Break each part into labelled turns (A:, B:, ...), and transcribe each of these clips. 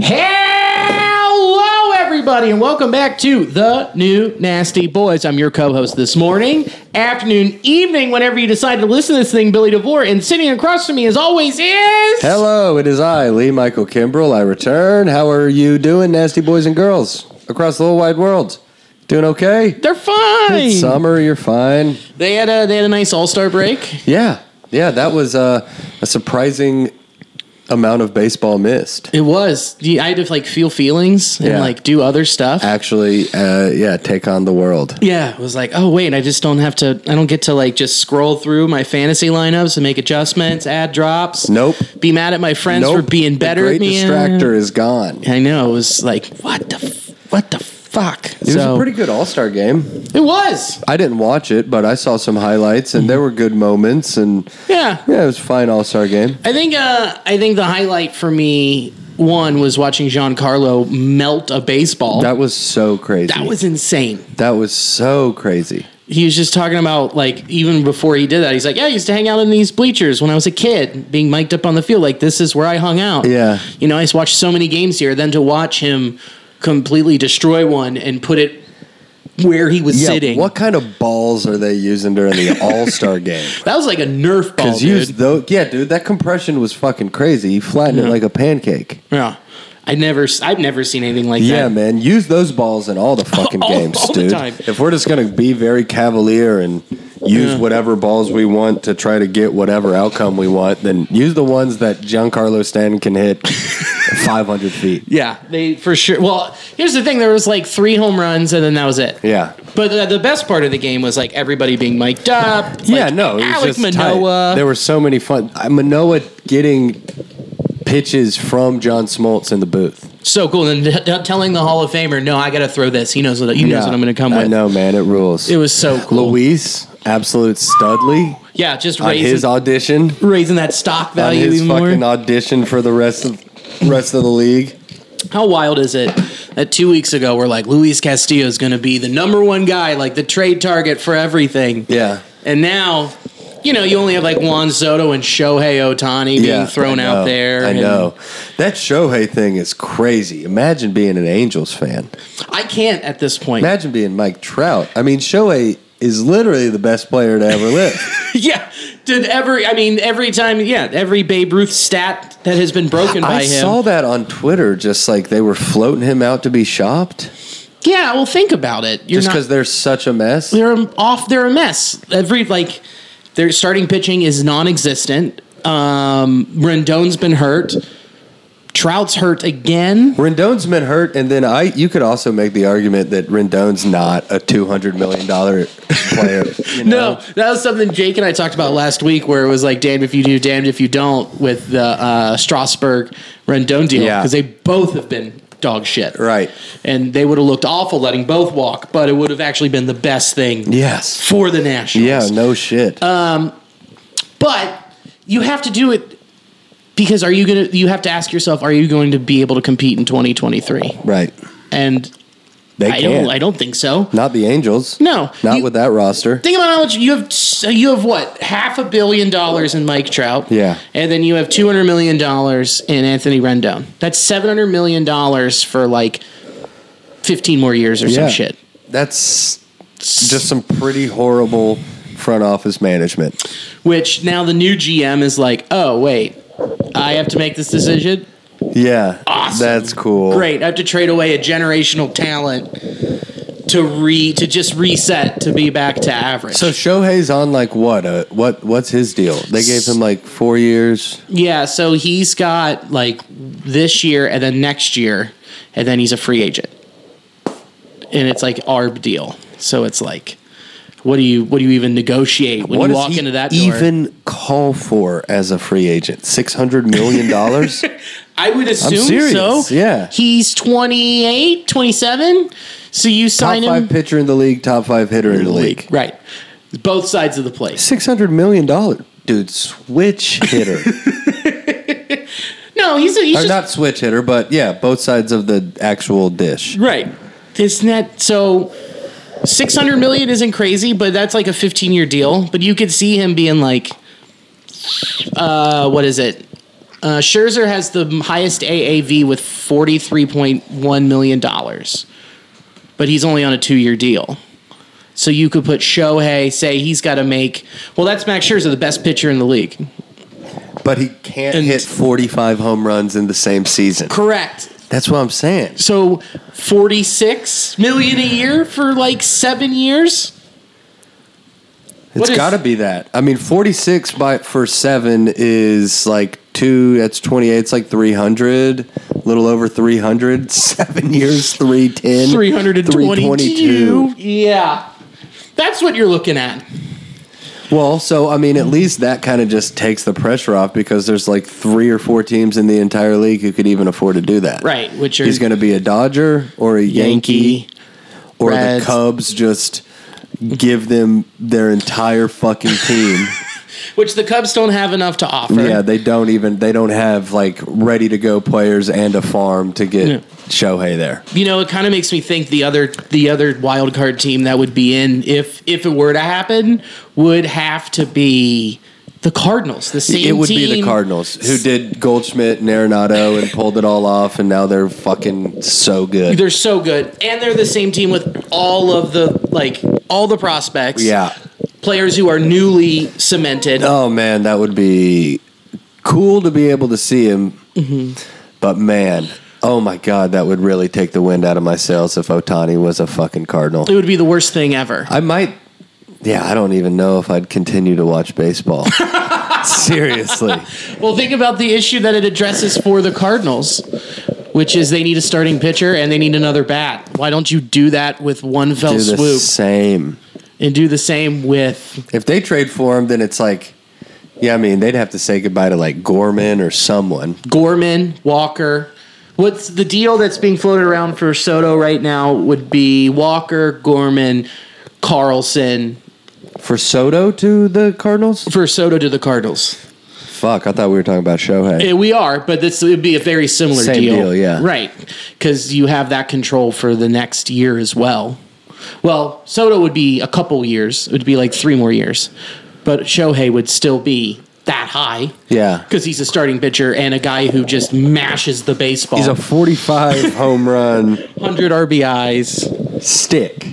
A: Hello, everybody, and welcome back to the new Nasty Boys. I'm your co-host this morning, afternoon, evening, whenever you decide to listen to this thing, Billy DeVore. And sitting across from me, as always, is
B: Hello, it is I, Lee Michael Kimbrell. I return. How are you doing, nasty boys and girls across the whole wide world? Doing okay?
A: They're fine.
B: It's summer, you're fine.
A: They had a they had a nice All Star break.
B: Yeah, yeah, that was uh, a surprising amount of baseball missed.
A: It was. The- I had to like feel feelings and
B: Yeah.
A: like do other stuff.
B: Actually, uh, yeah, take on the world.
A: yeah, it was like, oh wait, I just don't have to. I don't get to like just scroll through my fantasy lineups and make adjustments, add drops.
B: Nope.
A: Be mad at my friends for being better
B: the great
A: at me.
B: distractor is gone.
A: I know. It was like, what the, f- what the fuck?
B: It was a pretty good All Star game.
A: It was.
B: I didn't watch it, but I saw some highlights, and there were good moments. And
A: Yeah.
B: yeah, it was a fine All Star game.
A: I think. Uh, I think the highlight for me one was watching Giancarlo melt a baseball.
B: That was so crazy.
A: that was insane.
B: That was so crazy.
A: He was just talking about like even before he did that, he's like, "Yeah, I used to hang out in these bleachers when I was a kid, being mic'd up on the field. Like this is where I hung out.
B: Yeah.
A: you know, I just watched so many games here. Then to watch him completely destroy one and put it where he was sitting.
B: What kind of balls are they using during the All Star game?
A: That was like a Nerf ball,
B: Because
A: dude.
B: use though, yeah, dude, that compression was fucking crazy. He flattened it like a pancake.
A: Yeah, I never, I've never seen anything like
B: Yeah,
A: that.
B: man, use those balls in all the fucking
A: All-
B: games,
A: all the
B: dude.
A: time.
B: If we're just gonna be very cavalier and use
A: Yeah.
B: whatever balls we want to try to get whatever outcome we want, then use the ones that Giancarlo Stanton can hit 500 feet.
A: Yeah, they for sure. Well, here's the thing: there was like three home runs, and then that was it.
B: Yeah,
A: But the, the best part of the game was like everybody being mic'd up. like,
B: yeah, no, it was
A: Alec
B: just tight.
A: Manoa.
B: There were so many fun. I- Manoa getting pitches from John Smoltz in the booth.
A: so cool. And t- t- telling the Hall of Famer, "No, I got to throw this. He knows what he knows what I'm going to come
B: I
A: with."
B: know, man, it rules.
A: It was so cool.
B: Luis, absolute studly
A: yeah, just
B: on his
A: raising
B: audition,
A: raising that stock
B: on
A: value
B: his
A: even more.
B: fucking audition for the rest of rest of the league.
A: How wild is it that two weeks ago we're like Luis Castillo is going to be the number one guy, like the trade target for everything.
B: Yeah.
A: And now, you know, you only have like Juan Soto and Shohei Otani being
B: yeah,
A: thrown
B: I
A: out
B: know,
A: there.
B: I
A: and
B: know that Shohei thing is crazy. Imagine being an Angels fan.
A: I can't at this point.
B: Imagine being Mike Trout. I mean, Shohei is literally the best player to ever live.
A: yeah. Did every, I mean, every time, yeah, every Babe Ruth stat that has been broken by
B: I
A: him.
B: saw that on Twitter. Just like they were floating him out to be shopped,
A: yeah, well, think about it. You're
B: just
A: not,
B: because they're such a mess.
A: they're off, they're a mess. Every, like, their starting pitching is non existent. Um, Rendon's been hurt. Trout's hurt again.
B: Rendon's been hurt, and then I you could also make the argument that Rendon's not a two hundred million dollar player. you
A: No,
B: know?
A: Um, that was something Jake and I talked about last week, where it was like damned if you do, damned if you don't, with the uh, Strasburg Rendon deal,
B: Yeah.
A: because they both have been dog shit,
B: Right.
A: And they would have looked awful letting both walk, but it would have actually been the best thing
B: Yes.
A: for the Nationals.
B: Yeah. No shit.
A: Uh, But you have to do it because are you gonna? You have to ask yourself, are you going to be able to compete in 2023?
B: right.
A: And
B: They
A: I
B: can't.
A: don't. I don't think so.
B: not the Angels.
A: No,
B: Not
A: you-
B: with that roster.
A: Think about how much you have. So you have what half a billion dollars in Mike Trout.
B: Yeah.
A: and then you have two hundred million dollars in Anthony Rendon. That's seven hundred million dollars for like fifteen more years or some shit.
B: That's just some pretty horrible front office management.
A: Which now the new GM is like, oh wait, I have to make this decision.
B: Yeah.
A: Awesome.
B: That's cool.
A: Great, I have to trade away a generational talent to re to just reset to be back to average.
B: So Shohei's on like what? Uh, what? What's his deal? They gave him like four years.
A: Yeah, so he's got like this year and then next year, and then he's a free agent. And it's like ARB deal. So it's like What do you What do you even negotiate when
B: What
A: you
B: does
A: walk
B: he
A: into that door?
B: even call for as a free agent? Six hundred million dollars.
A: I would assume
B: serious,
A: so.
B: yeah.
A: he's 28, 27. So you
B: top
A: sign him
B: five pitcher in the league. Top five hitter in the league.
A: right? Both sides of the plate.
B: Six hundred million dollars, dude. Switch hitter,
A: No, he's a, he's
B: or
A: just
B: not switch hitter, but yeah, both sides of the actual dish.
A: Right. Isn't that so? Six hundred million isn't crazy, but that's like a fifteen-year deal. But you could see him being like, uh, what is it? Uh, Scherzer has the highest AAV with forty-three point one million dollars, but he's only on a two-year deal. So you could put Shohei, say he's got to make. Well, that's Max Scherzer, the best pitcher in the league.
B: But he can't
A: And-
B: hit 45 home runs in the same season.
A: Correct.
B: That's what I'm saying.
A: So forty-six million a year for like seven years. What
B: It's
A: is-
B: got to be that. I mean, 46 by for 7 is like 2 that's 28, it's like 300, a little over 300, 7 years 310,
A: 322. Yeah. That's what you're looking at.
B: Well, so I mean, at least that kind of just takes the pressure off because there's like 3 or 4 teams in the entire league who could even afford to do that.
A: Right, which are
B: He's going to be a Dodger or a Yankee. or
A: Reds.
B: the Cubs just give them their entire fucking team.
A: which the Cubs don't have enough to offer.
B: yeah, they don't even they don't have like ready to go players and a farm to get
A: Yeah.
B: Shohei there.
A: You know, it kind of makes me think the other the other wild card team that would be in if if it were to happen would have to be the Cardinals. The same
B: it would be the
A: team-
B: Cardinals who did Goldschmidt and Arenado and pulled it all off, and now they're fucking so good.
A: They're so good, and they're the same team with all of the like all the prospects.
B: yeah.
A: players who are newly cemented.
B: Oh man, that would be cool to be able to see him.
A: Mm-hmm.
B: But man, oh my god, that would really take the wind out of my sails if Otani was a fucking Cardinal.
A: It would be the worst thing ever.
B: I might. Yeah, I don't even know if I'd continue to watch baseball. Seriously,
A: Well, think about the issue that it addresses for the Cardinals, which is they need a starting pitcher and they need another bat. Why don't you do that with one fell
B: do the
A: swoop
B: same.
A: and do the same with
B: If they trade for him, then it's like, yeah, I mean, they'd have to say goodbye to like Gorman or someone.
A: Gorman, Walker? What's the deal that's being floated around for Soto right now would be Walker, Gorman, Carlson
B: For Soto to the Cardinals?
A: for Soto to the Cardinals.
B: Fuck, I thought we were talking about Shohei.
A: Eh, we are, but this would be a very similar
B: Same deal, yeah.
A: right. Because you have that control for the next year as well. Well, Soto would be a couple years; it would be like three more years, but Shohei would still be that high
B: yeah.
A: because he's a starting pitcher and a guy who just mashes the baseball.
B: He's a 45 home run
A: hundred RBIs,
B: stick.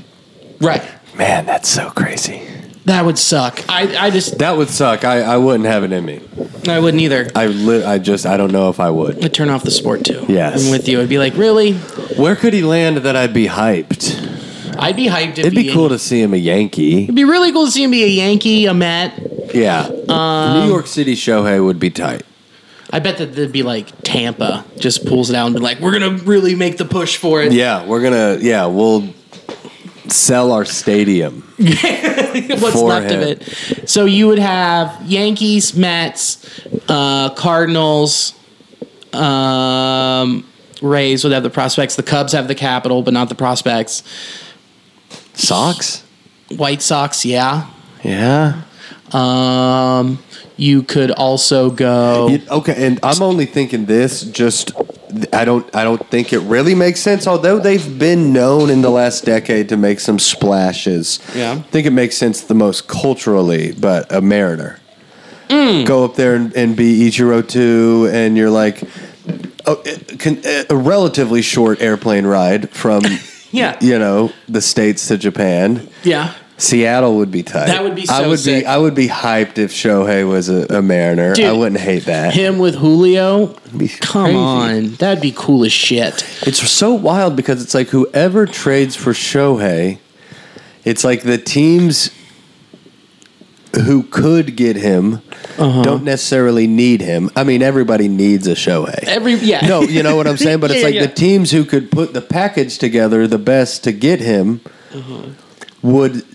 A: right?
B: Man, that's so crazy.
A: That would suck. I, I just
B: That would suck. I, I wouldn't have it in me.
A: I wouldn't either.
B: I li- I just I don't know if I would.
A: I'd turn off the sport too.
B: Yes.
A: I'm with you. I'd be like, really?
B: Where could he land that I'd be hyped?
A: I'd be hyped.
B: It'd be cool to see him a Yankee.
A: It'd be really cool to see him be a Yankee, a Met,
B: Yeah.
A: Um,
B: New York City Shohei would be tight.
A: I bet that they'd be like Tampa just pulls it out and be like, we're gonna really make the push for it.
B: Yeah, we're gonna yeah, we'll sell our stadium.
A: What's
B: for
A: left of
B: him.
A: it. So you would have Yankees, Mets, uh, Cardinals, um, Rays would have the prospects. The Cubs have the capital, but not the prospects.
B: Socks?
A: White Sox, yeah.
B: Yeah.
A: Um, you could also go.
B: You- okay, and I'm only thinking this just I don't I don't think it really makes sense, although they've been known in the last decade to make some splashes.
A: Yeah.
B: I think it makes sense the most culturally, but a mariner. Go up there and, and be Ichiro too, and you're like a, can, eh, a relatively short airplane ride from
A: Yeah.
B: you know the states to Japan.
A: yeah.
B: Seattle would be tight.
A: That would be
B: I
A: so
B: would
A: sick.
B: be I would be hyped if Shohei was a, a Mariner. I
A: Dude.
B: wouldn't hate that.
A: Him with Julio.
B: be
A: Come
B: crazy.
A: on. That'd be cool as shit.
B: It's so wild because it's like whoever trades for Shohei, it's like the teams who could get him
A: Uh-huh.
B: don't necessarily need him. I mean, everybody needs a Shohei.
A: Every yeah.
B: no, you know what I'm saying? But it's
A: Yeah,
B: like
A: yeah.
B: the teams who
A: Uh-huh.
B: could put the package together the best to get him would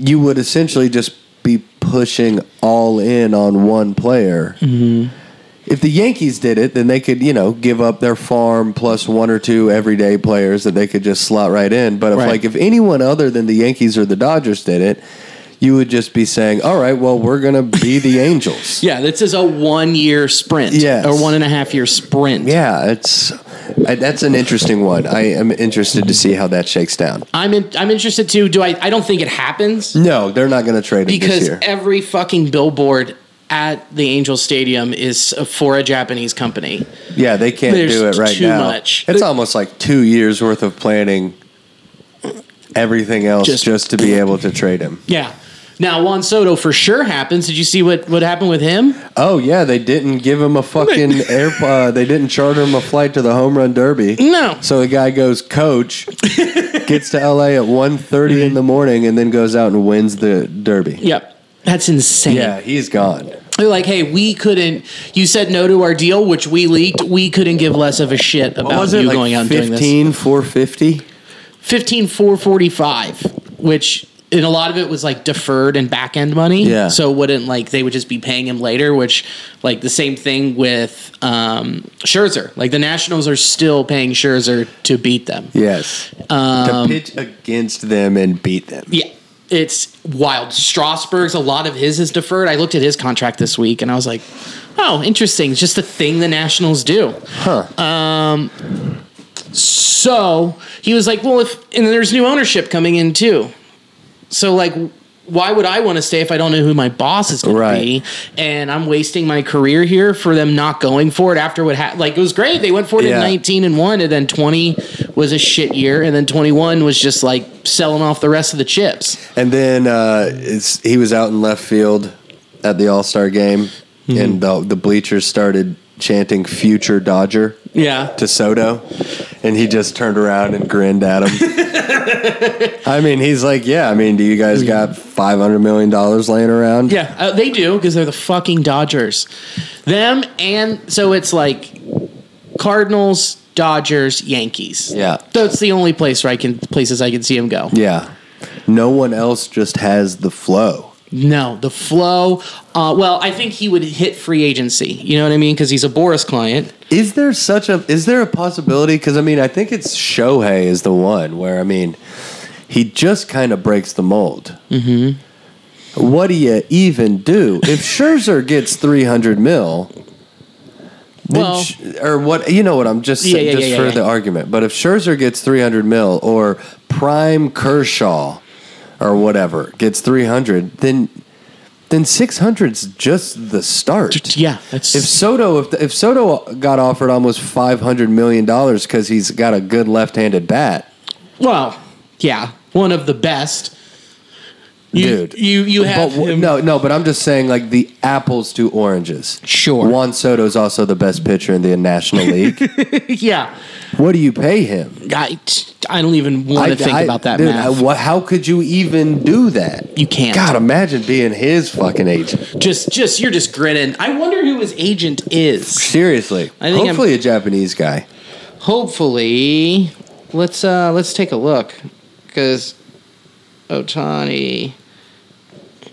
B: you would essentially just be pushing all in on one player. Mm-hmm. If the Yankees did it, then they could, you know, give up their farm plus one or two everyday players that they could just slot right in. But if
A: Right.
B: like if anyone other than the Yankees or the Dodgers did it, you would just be saying, "All right, well, we're gonna be the Angels."
A: Yeah, this is a one year sprint.
B: Yes.
A: Or one and a half year sprint.
B: Yeah, it's I, that's an interesting one. I am interested to see how that shakes down.
A: I'm in, I'm interested too. Do I I don't think it happens
B: No, they're not going to trade it this
A: because
B: Mm, year.
A: every fucking billboard at the Angels Stadium is for a Japanese company.
B: yeah, they can't
A: there's
B: do it right
A: too
B: now.
A: much.
B: It's almost like two years worth of planning everything else
A: Just-
B: just, to be able to trade him.
A: Yeah. Now Juan Soto for sure happens. Did you see what what happened with him?
B: Oh yeah, they didn't give him a fucking air. Uh, they didn't charter him a flight to the home run derby.
A: No.
B: So the guy goes coach, gets to L.A. at 1.30 in the morning, and then goes out and wins the derby.
A: Yep. That's insane.
B: Yeah, he's gone.
A: They're like, hey, we couldn't. You said no to our deal, which we leaked. We couldn't give less of a shit about you going out and doing this.
B: 15, 450?
A: 15 445 which and a lot of it was like deferred and back end money
B: Yeah.
A: so it wouldn't like they would just be paying him later which like the same thing with um Scherzer like the Nationals are still paying Scherzer to beat them
B: Yes. to pitch against them and beat them.
A: Um, yeah it's wild Strasburg's a lot of his is deferred I looked at his contract this week and I was like oh interesting it's just the thing the Nationals do So he was like, well, if and there's new ownership coming in too. So like, why would I want to stay if I don't know who my boss is going to
B: Right.
A: be? And I'm wasting my career here for them not going for it after what happened. Like it was great. They went for it in
B: Yeah.
A: 19 and one, and then 20 was a shit year, and then 21 was just like selling off the rest of the chips.
B: And then uh, it's, he was out in left field at the All Star game, and the, the bleachers started chanting future Dodger
A: Yeah.
B: to Soto, and he just turned around and grinned at him. I mean, he's like, yeah, I mean, do you guys got $500 million laying around?
A: Yeah, uh, they do because they're the fucking Dodgers. Them and so it's like Cardinals, Dodgers, Yankees.
B: Yeah.
A: that's the only place where I can places I can see him go.
B: Yeah. No one else just has the flow.
A: No, the flow. Uh, well, I think he would hit free agency. You know what I mean? Because he's a Boris client.
B: Is there such a is there a possibility? Because I mean, I think it's Shohei is the one where I mean, he just kind of breaks the mold. Mm-hmm. What do you even do if Scherzer gets three hundred mil? then
A: Well-
B: Sh- or what you know what I'm just
A: Yeah,
B: saying
A: yeah,
B: just
A: yeah,
B: for
A: yeah,
B: the
A: yeah.
B: argument. But if Scherzer gets three hundred mil or Prime Kershaw or whatever gets three hundred, then then six hundred's just the start.
A: Yeah, that's
B: If Soto, if if Soto got offered almost five hundred million dollars because he's got a good left-handed bat,
A: well, yeah, one of the best. You,
B: dude,
A: you you have
B: But w-
A: him-
B: no, no. But I'm just saying, like the apples to oranges.
A: Sure.
B: Juan Soto's also the best pitcher in the National League.
A: yeah.
B: what do you pay him?
A: I, I don't even want to think about that.
B: dude,
A: math.
B: I- what- how could you even do that?
A: You can't.
B: God, imagine being his fucking agent.
A: just just you're just grinning. I wonder who his agent is.
B: Seriously.
A: I think I'm-
B: Hopefully, a Japanese guy.
A: Hopefully, let's uh let's take a look because Otani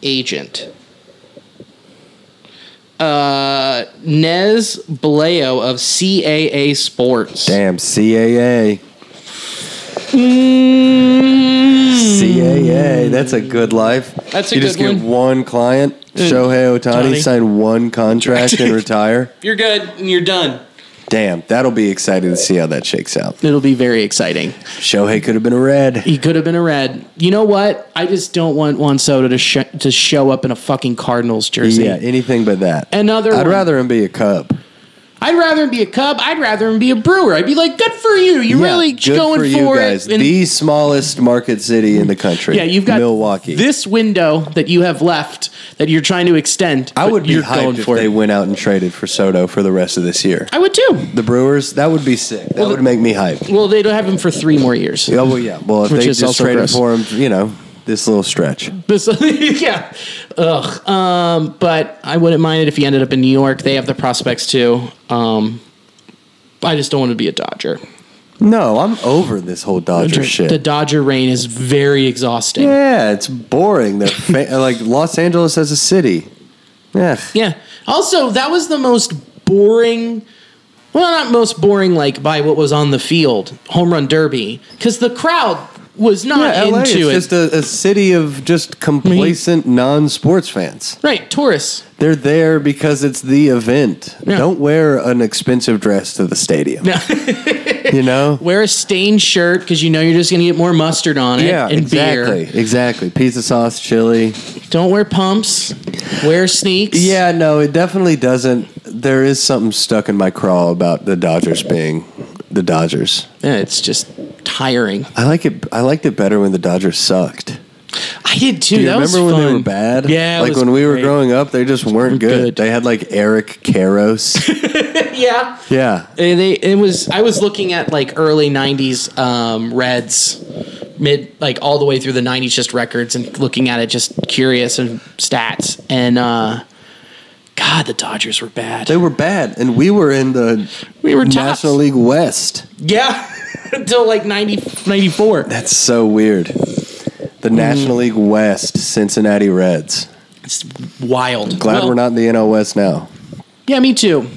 A: agent uh Nez Bleo of CAA Sports.
B: Damn, CAA.
A: Mm.
B: CAA. That's a good life.
A: That's a
B: you just
A: good
B: get
A: one.
B: one client, Shohei Otani,
A: Ohtani.
B: sign one contract and retire.
A: You're good and you're done.
B: Damn, that'll be exciting to see how that shakes out.
A: It'll be very exciting.
B: Shohei could have been a red.
A: He could have been a red. You know what? I just don't want Juan Soto to sh- to show up in a fucking Cardinals jersey.
B: Yeah, anything but that.
A: Another
B: I'd
A: one.
B: rather him be a Cub.
A: I'd rather him be a Cub. I'd rather him be a Brewer. I'd be like, good for you. You're
B: Yeah,
A: really
B: good
A: going
B: for
A: for,
B: you guys.
A: it. And-
B: the smallest market city in the country.
A: yeah, you've got
B: Milwaukee.
A: This window that you have left that you're trying to extend.
B: I
A: but
B: would be
A: you're
B: hyped
A: going
B: if
A: for
B: they
A: it.
B: went out and traded for Soto for the rest of this year.
A: I would too.
B: The Brewers, that would be sick. That
A: Well,
B: would make me hyped.
A: Well, they'd have him for three more years.
B: Oh well, yeah. Well, if
A: Which
B: they
A: is
B: just
A: also
B: traded
A: gross.
B: for him, you know, this little stretch.
A: This- yeah. Ugh. Um, but I wouldn't mind it if he ended up in New York. They have the prospects too. Um, I just don't want to be a Dodger.
B: No, I'm over this whole Dodger shit.
A: The Dodger rain is very exhausting.
B: yeah, it's boring. They're fa- like Los Angeles as a city. Yeah.
A: Yeah. Also, that was the most boring. Well, not most boring, like by what was on the field, home run derby, because the crowd was not
B: Yeah, LA is
A: into it.
B: just a, a city of just complacent non-sports fans.
A: right, tourists.
B: They're there because it's the event.
A: Yeah.
B: Don't wear an expensive dress to the stadium.
A: No.
B: You know?
A: Wear a stained shirt because you know you're just going to get more mustard on it
B: yeah,
A: and
B: exactly.
A: beer.
B: Exactly. Pizza sauce, chili.
A: Don't wear pumps. Wear sneaks.
B: Yeah, no, it definitely doesn't. There is something stuck in my craw about the Dodgers being the Dodgers.
A: Yeah, it's just tiring.
B: I like it. I liked it better when the Dodgers sucked.
A: I did too.
B: Do you
A: that
B: remember
A: was
B: when they
A: fun.
B: were bad?
A: Yeah, it
B: like
A: was
B: when we were
A: great.
B: growing up, they just weren't good.
A: good.
B: They had like Eric Caros.
A: Yeah,
B: yeah,
A: And Eh, they it was I was looking at like early '90s um, Reds, mid like all the way through the '90s, just records and looking at it, just curious and stats. And uh, God, the Dodgers were bad.
B: they were bad, and we were in the
A: We were tops.
B: National League West.
A: yeah, until like 90, 94.
B: That's so weird. The
A: Mm.
B: National League West, Cincinnati Reds.
A: It's wild.
B: Glad
A: Well,
B: we're not in the NL West now,
A: Yeah, me too.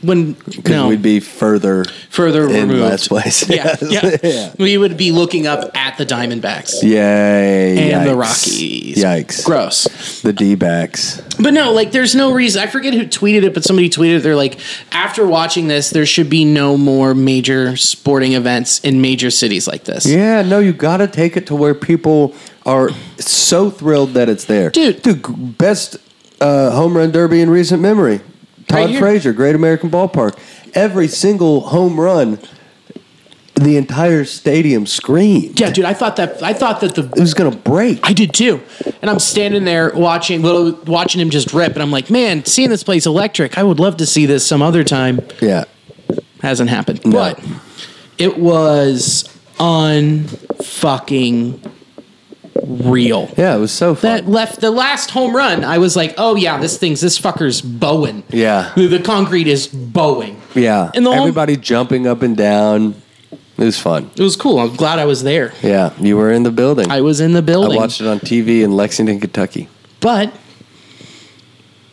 A: When
B: because
A: no
B: we'd be further
A: further
B: in
A: removed.
B: last place.
A: Yeah, yeah.
B: Yes. yeah.
A: We would be looking up at the Diamondbacks
B: Yay!
A: and the
B: yikes.
A: Rockies.
B: Yikes!
A: Gross.
B: The D-backs.
A: But no, like there's no reason. I forget who tweeted it, but somebody tweeted they're like, after watching this, there should be no more major sporting events in major cities like this.
B: Yeah, no, you got to take it to where people are so thrilled that it's there,
A: Dude.
B: The g- best uh, home run derby in recent memory.
A: Right
B: Todd
A: here.
B: Frazier, Great American Ballpark. Every single home run, the entire stadium screamed.
A: Yeah, dude, I thought that I thought that
B: It
A: the
B: was gonna break.
A: I did too. And I'm standing there watching little watching him just rip and I'm like, "Man, seeing this place electric. I would love to see this some other time."
B: Yeah,
A: Hasn't happened.
B: No.
A: But it was unfucking real.
B: yeah, it was so fun.
A: that left the last home run, I was like, oh yeah, this thing's this fucker's bowing.
B: Yeah.
A: the, the concrete is bowing.
B: yeah,
A: and the home-
B: everybody jumping up and down. It was fun.
A: It was cool. I'm glad I was there.
B: Yeah, you were in the building.
A: I was in the
B: I
A: building.
B: watched it on TV in Lexington, Kentucky.
A: but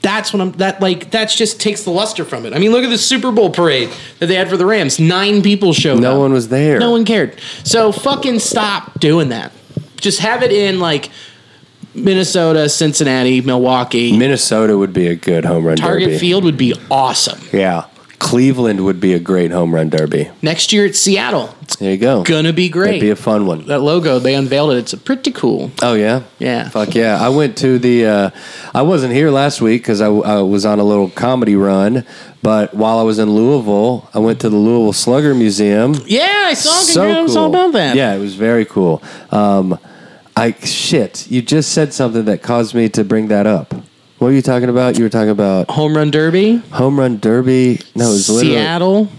A: that's what I'm. That like that's just takes the luster from it. I mean, look at the Super Bowl parade that they had for the Rams. Nine people showed up.
B: No one was there.
A: Oh, No one cared. So fucking stop doing that. Just have it in like Minnesota, Cincinnati, Milwaukee.
B: Minnesota would be a good home run
A: Target
B: derby.
A: Field would be awesome.
B: Yeah. Cleveland would be a great home run derby.
A: Next year it's Seattle. It's
B: There you go.
A: gonna be
B: That'd
A: great.
B: be a fun one.
A: that logo they unveiled it. It's a pretty cool.
B: Oh yeah,
A: Yeah.
B: Fuck yeah! I went to the. Uh, I wasn't here last week because I, I was on a little comedy run, but while I was in Louisville, I went to the Louisville Slugger Museum.
A: Yeah, I saw. Congrats all about that.
B: Yeah, it was very cool. Um, I shit, you just said something that caused me to bring that up. What were you talking about? You were talking about
A: Home run derby.
B: home run derby. No, it was literally
A: Seattle.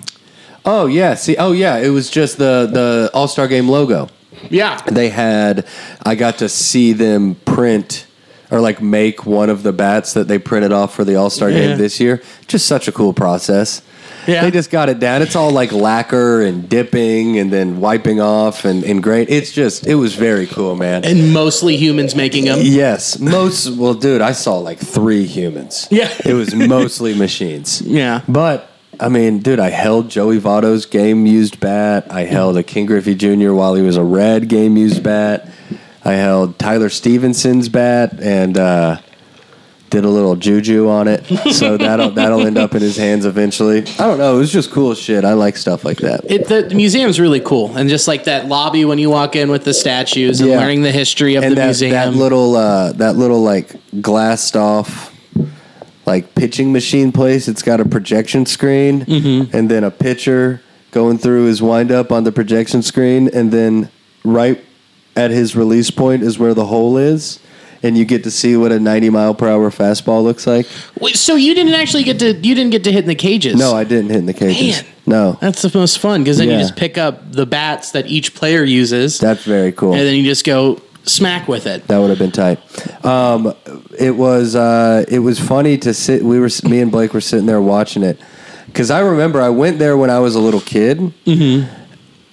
B: Oh yeah, see, oh yeah, it was just the the All Star Game logo.
A: Yeah.
B: They had, I got to see them print or like make one of the bats that they printed off for the All Star
A: Yeah.
B: Game this year. Just such a cool process.
A: Yeah.
B: They just got it down. It's all like lacquer and dipping and then wiping off and, and great. It's just, it was very cool, man.
A: And mostly humans making them.
B: yes, most, well, dude, I saw like three humans.
A: Yeah.
B: It was mostly machines.
A: Yeah.
B: But I mean, dude, I held Joey Votto's game used bat. I held a King Griffey Jr. while he was a red game used bat. I held Tyler Stevenson's bat and uh, did a little juju on it. So that'll that'll end up in his hands eventually. I don't know. It was just cool as shit. I like stuff like that.
A: It, the, the museum's really cool, and just like that lobby when you walk in with the statues and
B: Yeah.
A: learning the history of
B: and
A: the
B: that,
A: museum.
B: that little uh, that little like glassed off like pitching machine place it's got a projection screen
A: Mm-hmm.
B: and then a pitcher going through his windup on the projection screen and then right at his release point is where the hole is and you get to see what a 90 mile per hour fastball looks like
A: Wait, so you didn't actually get to you didn't get to hit in the cages.
B: no i didn't hit in the cages
A: Man.
B: no
A: That's the most fun because then you
B: Yeah.
A: just pick up the bats that each player uses,
B: that's very cool
A: and then you just go smack with it.
B: That would have been tight. Um, it was uh, it was funny to sit. We were me
A: Mm-hmm.
B: and Blake were sitting there watching it because I remember I went there when I was a little kid,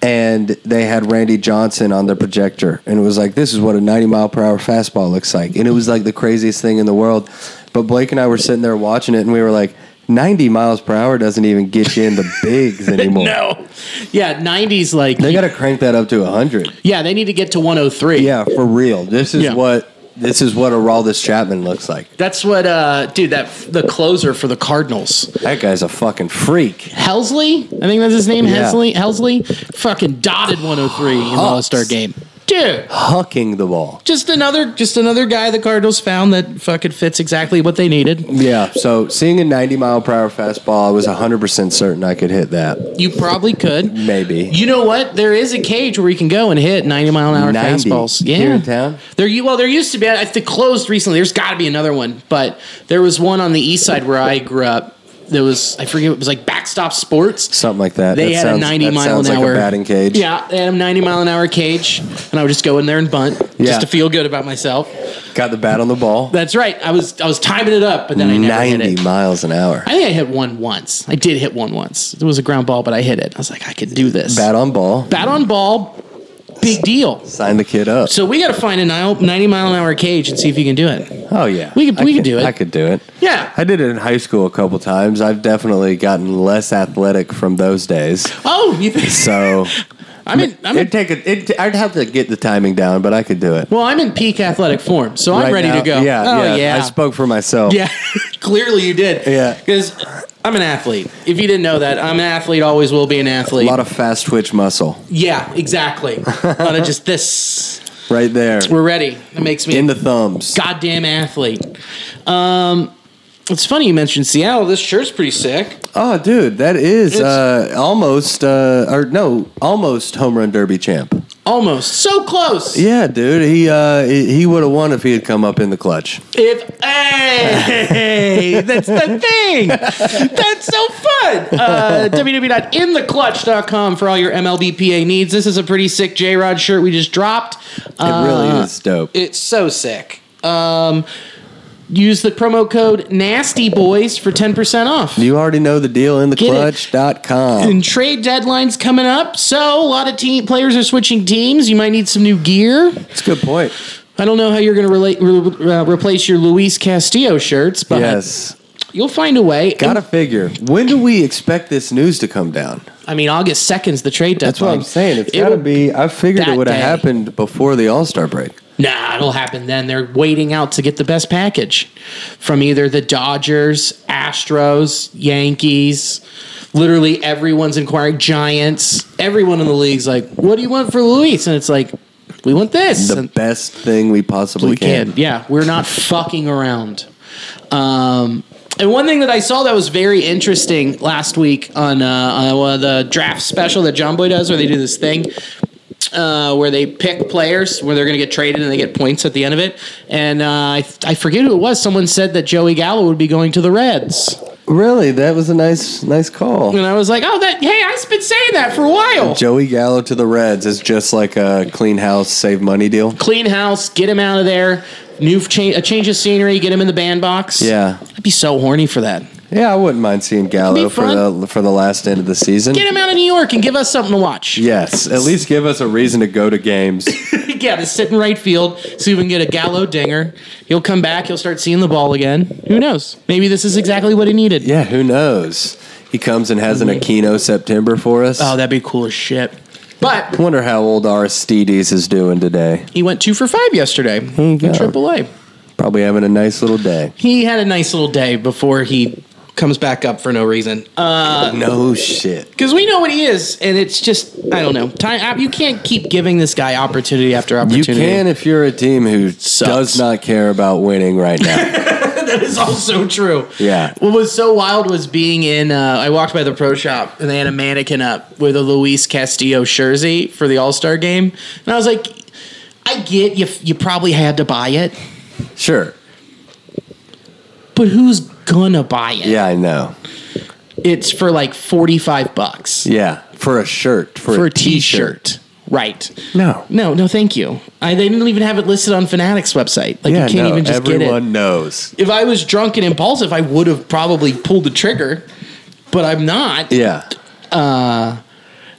B: and they had Randy Johnson on the projector, and it was like, this is what a 90 mile per hour fastball looks like, and it was like the craziest thing in the world. But Blake and I were sitting there watching it, and we were like, 90 miles per hour doesn't even get you in the bigs anymore.
A: No. Yeah, 90s, like,
B: They got to crank that up to 100.
A: yeah, they need to get to 103.
B: Yeah, for real. This is
A: Yeah.
B: what this is what Araldis Chapman looks like.
A: That's what, uh, dude, that the closer for the Cardinals.
B: That guy's a fucking freak.
A: Helsley, I think that's his name.
B: Yeah.
A: Helsley, Helsley, fucking dotted 103 in the All Star game, dude.
B: Hucking the ball.
A: Just another, just another guy the Cardinals found that fucking fits exactly what they needed.
B: Yeah, so seeing a 90 mile per hour fastball, I was 100% certain I could hit that.
A: You probably could.
B: Maybe.
A: You know what? There is a cage where you can go and hit 90 mile an hour
B: 90
A: fastballs. Yeah.
B: here in town?
A: There you well, there used to be I they closed recently. There's gotta be another one. But there was one on the east side where I grew up. There was I forget it was like backstop sports.
B: Something like that.
A: They
B: that
A: had a
B: sounds-
A: 90
B: that
A: mile
B: sounds
A: an
B: like
A: hour
B: a batting cage.
A: Yeah, they had a 90 mile an hour cage, and I would just go in there and bunt
B: Yeah.
A: just to feel good about myself.
B: Got the bat on the ball.
A: That's right. I was I was timing it up, but then I never hit
B: 90
A: it.
B: miles an hour.
A: I think I hit one once. I did hit one once. It was a ground ball, but I hit it. I was like, I could do this.
B: Bat on ball.
A: Bat on ball, big deal.
B: Sign the kid up.
A: So we got to find a ni- 90 mile an hour cage and see if you can do it.
B: Oh yeah,
A: We could-
B: I
A: we could do it.
B: I could do it.
A: Yeah.
B: I did it in high school a couple times. I've definitely gotten less athletic from those days.
A: Oh, you think so?
B: So
A: I'm in, I'm in,
B: it'd take a, it. I'd have to get the timing down, but I could do it.
A: well, I'm in peak athletic form, so I'm
B: Right
A: ready
B: now-
A: to go.
B: Yeah,
A: oh,
B: yeah,
A: yeah. Yeah.
B: I spoke for myself.
A: Clearly you did.
B: Yeah.
A: Because I'm an athlete. If you didn't know that, I'm an athlete, always will be an
B: a
A: athlete.
B: lot of fast twitch muscle
A: yeah, exactly. a lot of just this.
B: right there
A: We're ready. That makes me
B: in the thumbs.
A: goddamn athlete. Um, it's funny you mentioned Seattle. This shirt's pretty sick.
B: Oh, dude, that is
A: It's-
B: uh, almost uh, or no, almost home run derby champ.
A: Almost. So close.
B: Yeah, dude, he uh, he he would have won if he had come up in the clutch.
A: If hey, that's the thing. That's so fun. Uh, www.intheclutch.com for all your MLBPA needs. This is a pretty sick J Rod shirt we just dropped.
B: It really
A: Uh,
B: is dope.
A: It's so sick. Um, use the promo code Nasty Boys for ten percent off.
B: You already know the deal in the
A: Get it.
B: clutch.com.
A: and trade deadlines coming up, so a lot of team players are switching teams. You might need some new gear.
B: It's a good point.
A: I don't know how you're going to relate re- uh, replace your Luis Castillo shirts, but
B: Yes.
A: You'll find a way.
B: Gotta figure. When do we expect this news to come down?
A: I mean, August 2nd's the trade deadline.
B: That's what I'm saying. It's
A: It
B: gotta
A: will-
B: be. I figured
A: that
B: it would have
A: day.
B: happened before the All Star break.
A: Nah, it'll happen then. They're waiting out to get the best package from either the Dodgers, Astros, Yankees. Literally everyone's inquiring. Giants. Everyone in the league's like, "What do you want for Luis?" And it's like, "We want this."
B: The
A: And
B: best thing we possibly
A: we
B: can.
A: can. Yeah, we're not fucking around. Um, and one thing that I saw that was very interesting last week on, uh, on one of the draft special that John Boy does, where they do this thing uh, where they pick players where they're going to get traded and they get points at the end of it. And uh, I, I forget who it was. Someone said that Joey Gallo would be going to the Reds,
B: Really, that was a nice, nice call.
A: and I was like, "Oh, that hey, I've been saying that for a while."
B: Joey Gallo to the Reds is just like a clean house, save money deal.
A: Clean house, get him out of there. New change, a change of scenery, get him in the bandbox.
B: Yeah,
A: I'd be so horny for that.
B: yeah, I wouldn't mind seeing Gallo
A: It'd be
B: for
A: fun.
B: the for the last end of the season.
A: Get him out of New York and give us something to watch.
B: Yes, at least give us a reason to go to games.
A: yeah, to sit in right field, see if we can get a Gallo dinger. He'll come back. He'll start seeing the ball again. Who knows? Maybe this is exactly what he needed.
B: yeah, who knows? He comes and has an Aquino September for us.
A: Oh, that'd be cool as shit.
B: I
A: But
B: wonder how old Aristides is doing today.
A: he went two for five yesterday in
B: go.
A: Triple A.
B: Probably having a nice little day.
A: He had a nice little day before he comes back up for no reason.
B: Uh, No shit.
A: Because we know what he is, and it's just I don't know. Time you can't keep giving this guy opportunity after
B: You
A: opportunity.
B: can if you're a team who
A: Sucks.
B: does not care about winning right now.
A: that is also true.
B: Yeah.
A: What was so wild was being in. Uh, I walked by the pro shop and they had a mannequin up with a Luis Castillo jersey for the All Star game, and I was like, I get you. You probably had to buy it,
B: sure.
A: but who's gonna buy it?
B: Yeah, I know.
A: It's for like forty five bucks
B: Yeah, for a shirt, for,
A: for
B: a
A: a T shirt. Right.
B: No.
A: No, no, thank you. I, they didn't even have it listed on Fanatics website. Like
B: Yeah,
A: you can't
B: no,
A: even just
B: everyone
A: get it.
B: knows.
A: if I was drunk and impulsive, I would have probably pulled the trigger, but I'm not.
B: Yeah.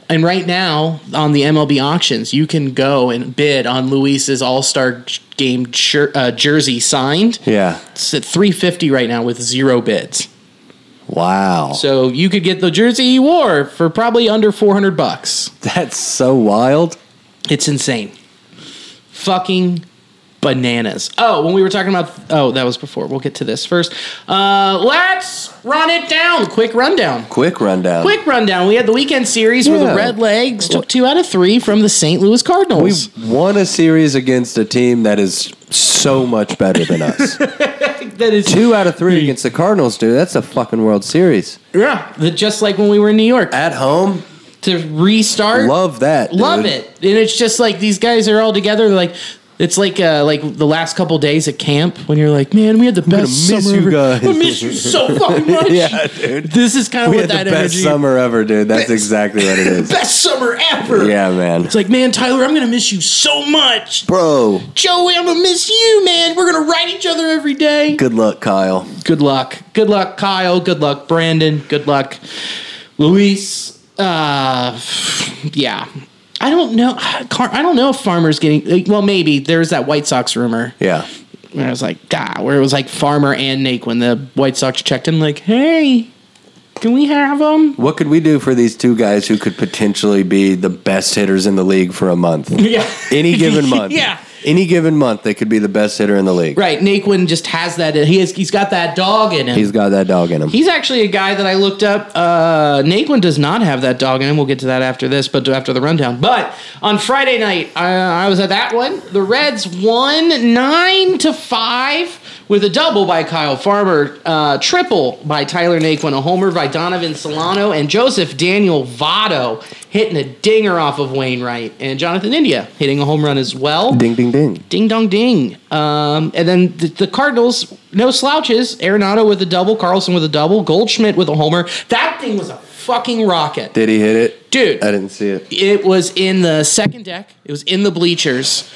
A: And right now on the MLB auctions, you can go and bid on Luis's All Star game jer- uh, jersey signed.
B: Yeah.
A: It's at three fifty right now with zero bids.
B: Wow.
A: So you could get the jersey he wore for probably under four hundred bucks.
B: That's so wild.
A: It's insane. Fucking bananas. Oh, when we were talking about oh, that was before. We'll get to this first. Uh, let's run it down. Quick rundown.
B: Quick rundown.
A: Quick rundown. We had the weekend series where the
B: Yeah.
A: Red Legs took two out of three from the St. Louis
B: We
A: Cardinals.
B: won a series against a team that is so much better than us.
A: that is
B: Two out of three against the Cardinals, dude. That's a fucking World Series.
A: yeah, the- just like when we were in New York
B: At home,
A: to restart.
B: love that. dude.
A: love it and it's just like these guys are all together like it's like uh, like the last couple days at camp when you're like, man, we had the
B: gonna
A: best
B: miss
A: summer
B: you
A: ever.
B: guys."
A: I miss you so fucking much.
B: Yeah, dude.
A: This is kind of
B: We
A: what
B: had the
A: that
B: best
A: energy.
B: summer ever, dude. That's exactly what it is.
A: Best summer ever.
B: yeah, man.
A: It's like, man, Tyler, I'm gonna miss you so much.
B: Bro,
A: Joey, I'm gonna miss you, man. We're gonna write each other every day.
B: good luck, Kyle.
A: Good luck. Good luck, Kyle. Good luck, Brandon. Good luck, Luis. Uh, yeah. I don't know. Car- I don't know if Farmer's getting. like, Well, maybe there's that White Sox rumor.
B: Yeah.
A: Where I was like, God, where it was like Farmer and Nake when the White Sox checked in, like, hey, can we have them?
B: What could we do for these two guys who could potentially be the best hitters in the league for a month?
A: Yeah.
B: Any given month.
A: Yeah.
B: Any given month, they could be the best hitter in the league.
A: Right. Naquin just has that. He has, he's got that dog in him.
B: He's got that dog in him.
A: He's actually a guy that I looked up. Uh, Naquin does not have that dog, and we'll get to that after this, but after the rundown. But on Friday night, I, I was at that one. The Reds won nine to five with a double by Kyle Farmer, uh, triple by Tyler Naquin, a homer by Donovan Solano, and Joseph Daniel Votto hitting a dinger off of Wainwright, and Jonathan India hitting a home run as well.
B: ding, ding, ding.
A: Ding dong ding. Um, and then the, the Cardinals, no slouches. Arenado with a double, Carlson with a double, Goldschmidt with a homer. That thing was a fucking rocket.
B: Did he hit it?
A: Dude.
B: I didn't see it.
A: It was in the second deck. It was in the bleachers.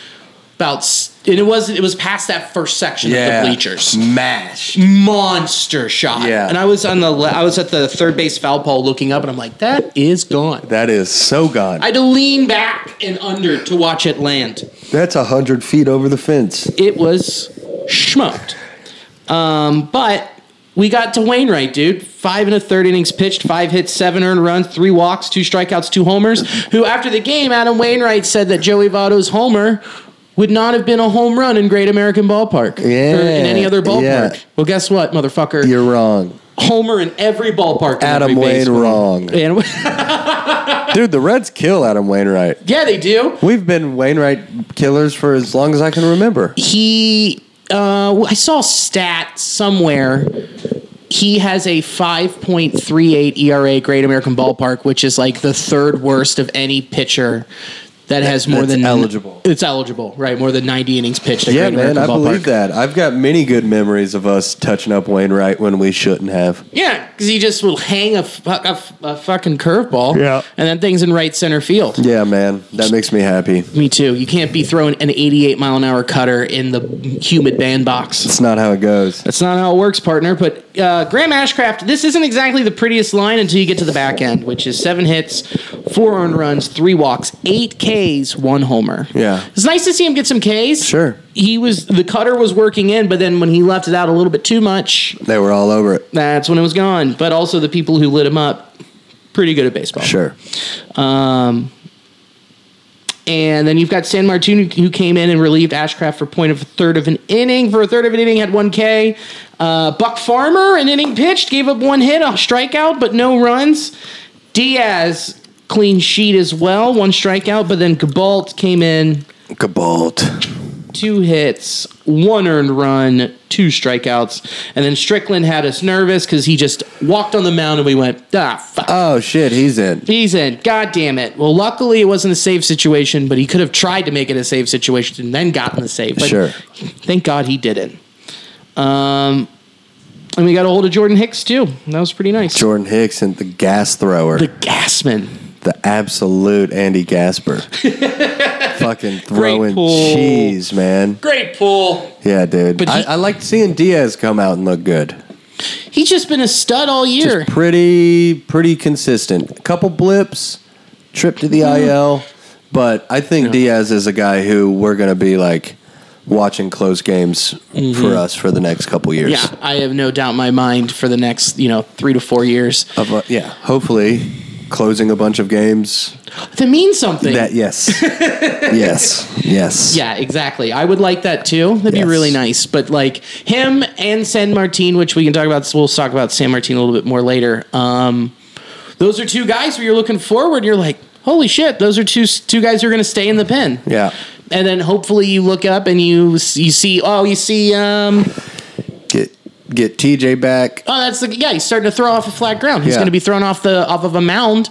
A: About s- and it was it was past that first section of the bleachers.
B: Smash.
A: Monster shot.
B: Yeah.
A: And I was on the le- I was at the third base foul pole looking up and I'm like, that is gone.
B: That is so gone.
A: I had to lean back and under to watch it land.
B: That's a hundred feet over the fence.
A: it was schmucked. Um, but we got to Wainwright, dude. Five and a third innings pitched, five hits, seven earned runs, three walks, two strikeouts, two homers. Who, after the game, Adam Wainwright said that Joey Votto's homer would not have been a home run in Great American Ballpark or in any other
B: Yeah, yeah.
A: ballpark. Well, guess what, motherfucker?
B: You're wrong,
A: homer in every ballpark. in
B: Adam
A: every
B: Wayne.
A: baseball.
B: Wrong,
A: And
B: dude. The Reds kill Adam Wainwright.
A: yeah, they do.
B: We've been Wainwright killers for as long as I can remember.
A: he uh, I saw a stat somewhere. He has a 5.38 ERA E Great American Ballpark, which is like the third worst of any pitcher that has more
B: that's
A: than
B: eligible.
A: It's eligible, right? More than 90 innings pitched. At
B: Yeah,
A: Great
B: man,
A: American
B: I
A: Ballpark.
B: believe that. I've got many good memories of us touching up Wainwright when we shouldn't have.
A: Yeah, because he just will hang a, fu- a, f- a fucking curveball,
B: Yeah.
A: and then things in right center field.
B: Yeah, man, that makes me happy.
A: Me too. You can't be throwing an 88 mile an hour cutter in the humid bandbox.
B: It's not how it goes.
A: That's not how it works, partner. But uh, Graham Ashcraft, this isn't exactly the prettiest line until you get to the back end, which is seven hits, four earned runs, three walks, eight Ks, one homer.
B: Yeah.
A: it's nice to see him get some Ks.
B: Sure.
A: he was the cutter was working in, but then when he left it out a little bit too much,
B: They were all over it.
A: that's when it was gone. But also the people who lit him up, pretty good at baseball.
B: Sure.
A: Um, and then you've got San Martin who came in and relieved Ashcraft for point of a third of an inning. For a third of an inning, had one K. Uh, Buck Farmer, an inning pitched, gave up one hit, a strikeout, but no runs. Diaz, clean sheet as well, one strikeout. But then Gabalt came in,
B: Cabalt.
A: two hits, one earned run, two strikeouts. And then Strickland had us nervous because he just walked on the mound and we went, ah, fuck.
B: Oh shit, he's in.
A: He's in. God damn it. Well, luckily it wasn't a save situation, but he could have tried to make it a save situation and then gotten the save. But
B: Sure.
A: Thank God he didn't. Um, and we got a hold of Jordan Hicks too. That was pretty nice.
B: Jordan Hicks and the gas thrower.
A: The Gasman.
B: the absolute Andy Gasper. Fucking throwing
A: pull.
B: cheese, man.
A: Great pull.
B: Yeah, dude.
A: But he-
B: I, I liked seeing Diaz come out and look good.
A: He's just been a stud all year.
B: Just pretty, pretty consistent. A couple blips, trip to the IL. But I think Diaz is a guy who we're going to be like watching close games for us for the next couple years.
A: Mm-hmm. Yeah, I have no doubt in my mind for the next, you know, three to four years.
B: Of, uh, yeah. Hopefully, closing a bunch of games.
A: That means something.
B: That yes, yes, yes.
A: Yeah, exactly. I would like that too. That'd
B: Yes.
A: be really nice. But like him and San Martin, which we can talk about. We'll talk about San Martin a little bit more later. Um, those are two guys where you're looking forward. You're like, holy shit, those are two two guys who are going to stay in the pen.
B: Yeah.
A: And then hopefully you look up and you s- you see oh you see um
B: Get get TJ back.
A: oh that's the yeah he's starting to throw off a flat ground. He's
B: Yeah.
A: going to be thrown off the off of a mound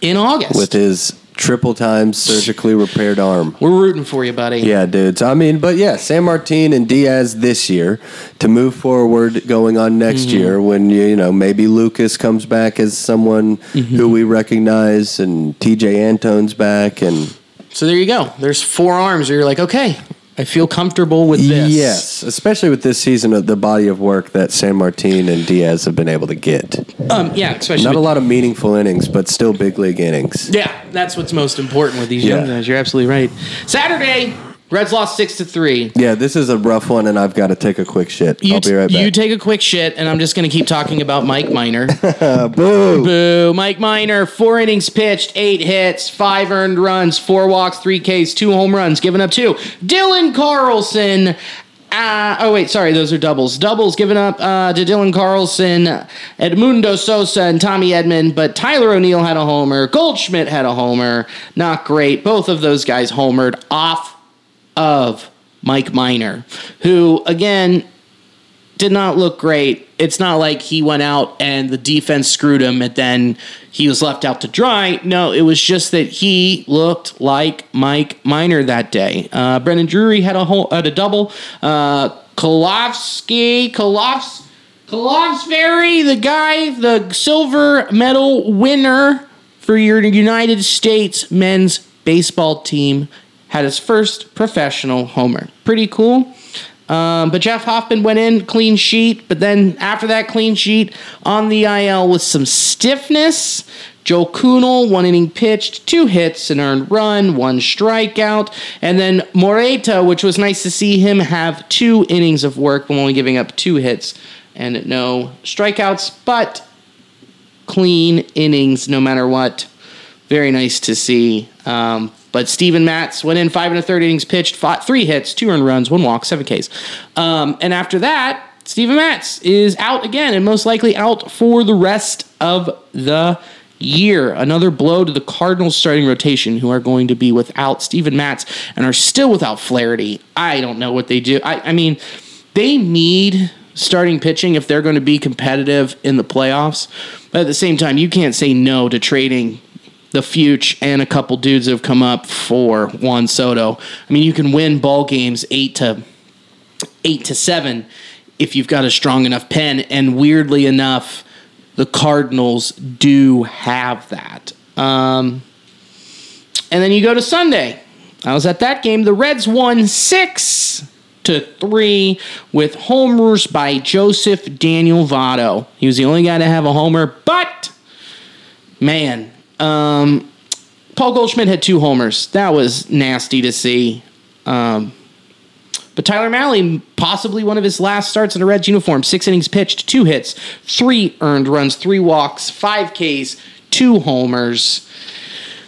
A: in August.
B: with his triple time surgically repaired arm.
A: We're rooting for you, buddy.
B: Yeah, dudes. I mean, but yeah, San Martin and Diaz this year to move forward going on next
A: Mm-hmm.
B: year when you, you know maybe Lucas comes back as someone
A: Mm-hmm.
B: who we recognize and TJ Antone's back and
A: So there you go. There's four arms where you're like, okay, I feel comfortable with this.
B: yes, especially with this season of the body of work that San Martin and Diaz have been able to get.
A: Um, yeah, especially.
B: Not a
A: with-
B: lot of meaningful innings, but still big league innings.
A: Yeah, that's what's most important with these
B: Yeah.
A: young guys. You're absolutely right. Saturday, Reds lost six to three.
B: Yeah, this is a rough one, and I've got to take a quick shit.
A: You,
B: I'll be right back.
A: you take a quick shit, and I'm just going to keep talking about Mike Miner.
B: Uh, Boo.
A: Boo. Mike Miner, four innings pitched, eight hits, five earned runs, four walks, three Ks, two home runs, given up two. Dylan Carlson. Uh, oh wait, sorry, those are doubles. Doubles given up uh, to Dylan Carlson, Edmundo Sosa, and Tommy Edmond. But Tyler O'Neill had a homer. Goldschmidt had a homer. Not great. Both of those guys homered off of Mike Miner, who again did not look great. It's not like he went out and the defense screwed him and then he was left out to dry. No, it was just that he looked like Mike Miner that day. Uh, Brendan Drury had a whole, had a double. Uh, Kolofsky, Kolofs, Kolofsberry, the guy, the silver medal winner for your United States men's baseball team, had his first professional homer. Pretty cool. Um, but Jeff Hoffman went in clean sheet, but then after that clean sheet on the IL with some stiffness. Joe Kunal, one inning pitched, two hits, an earned run, one strikeout. And then Moreta, which was nice to see him have two innings of work while only giving up two hits and no strikeouts, but clean innings no matter what. Very nice to see. Um, but Steven Matz went in five and a third innings pitched, fought three hits, two earned runs, one walk, seven Ks. Um, and after that, Steven Matz is out again and most likely out for the rest of the year. Another blow to the Cardinals starting rotation, who are going to be without Steven Matz and are still without Flaherty. I don't know what they do. I, I mean, they need starting pitching if they're going to be competitive in the playoffs. But at the same time, you can't say no to trading the Fuge and a couple dudes that have come up for Juan Soto. I mean, you can win ball games eight to eight to seven if you've got a strong enough pen. And weirdly enough, the Cardinals do have that. Um, and then you go to Sunday. I was at that game. The Reds won six to three with homers by Joseph Daniel Votto. He was the only guy to have a homer, but man, um, Paul Goldschmidt had two homers. That was nasty to see. Um, but Tyler Malley, possibly one of his last starts in a Reds uniform, six innings pitched, two hits, three earned runs, three walks, five Ks, two homers.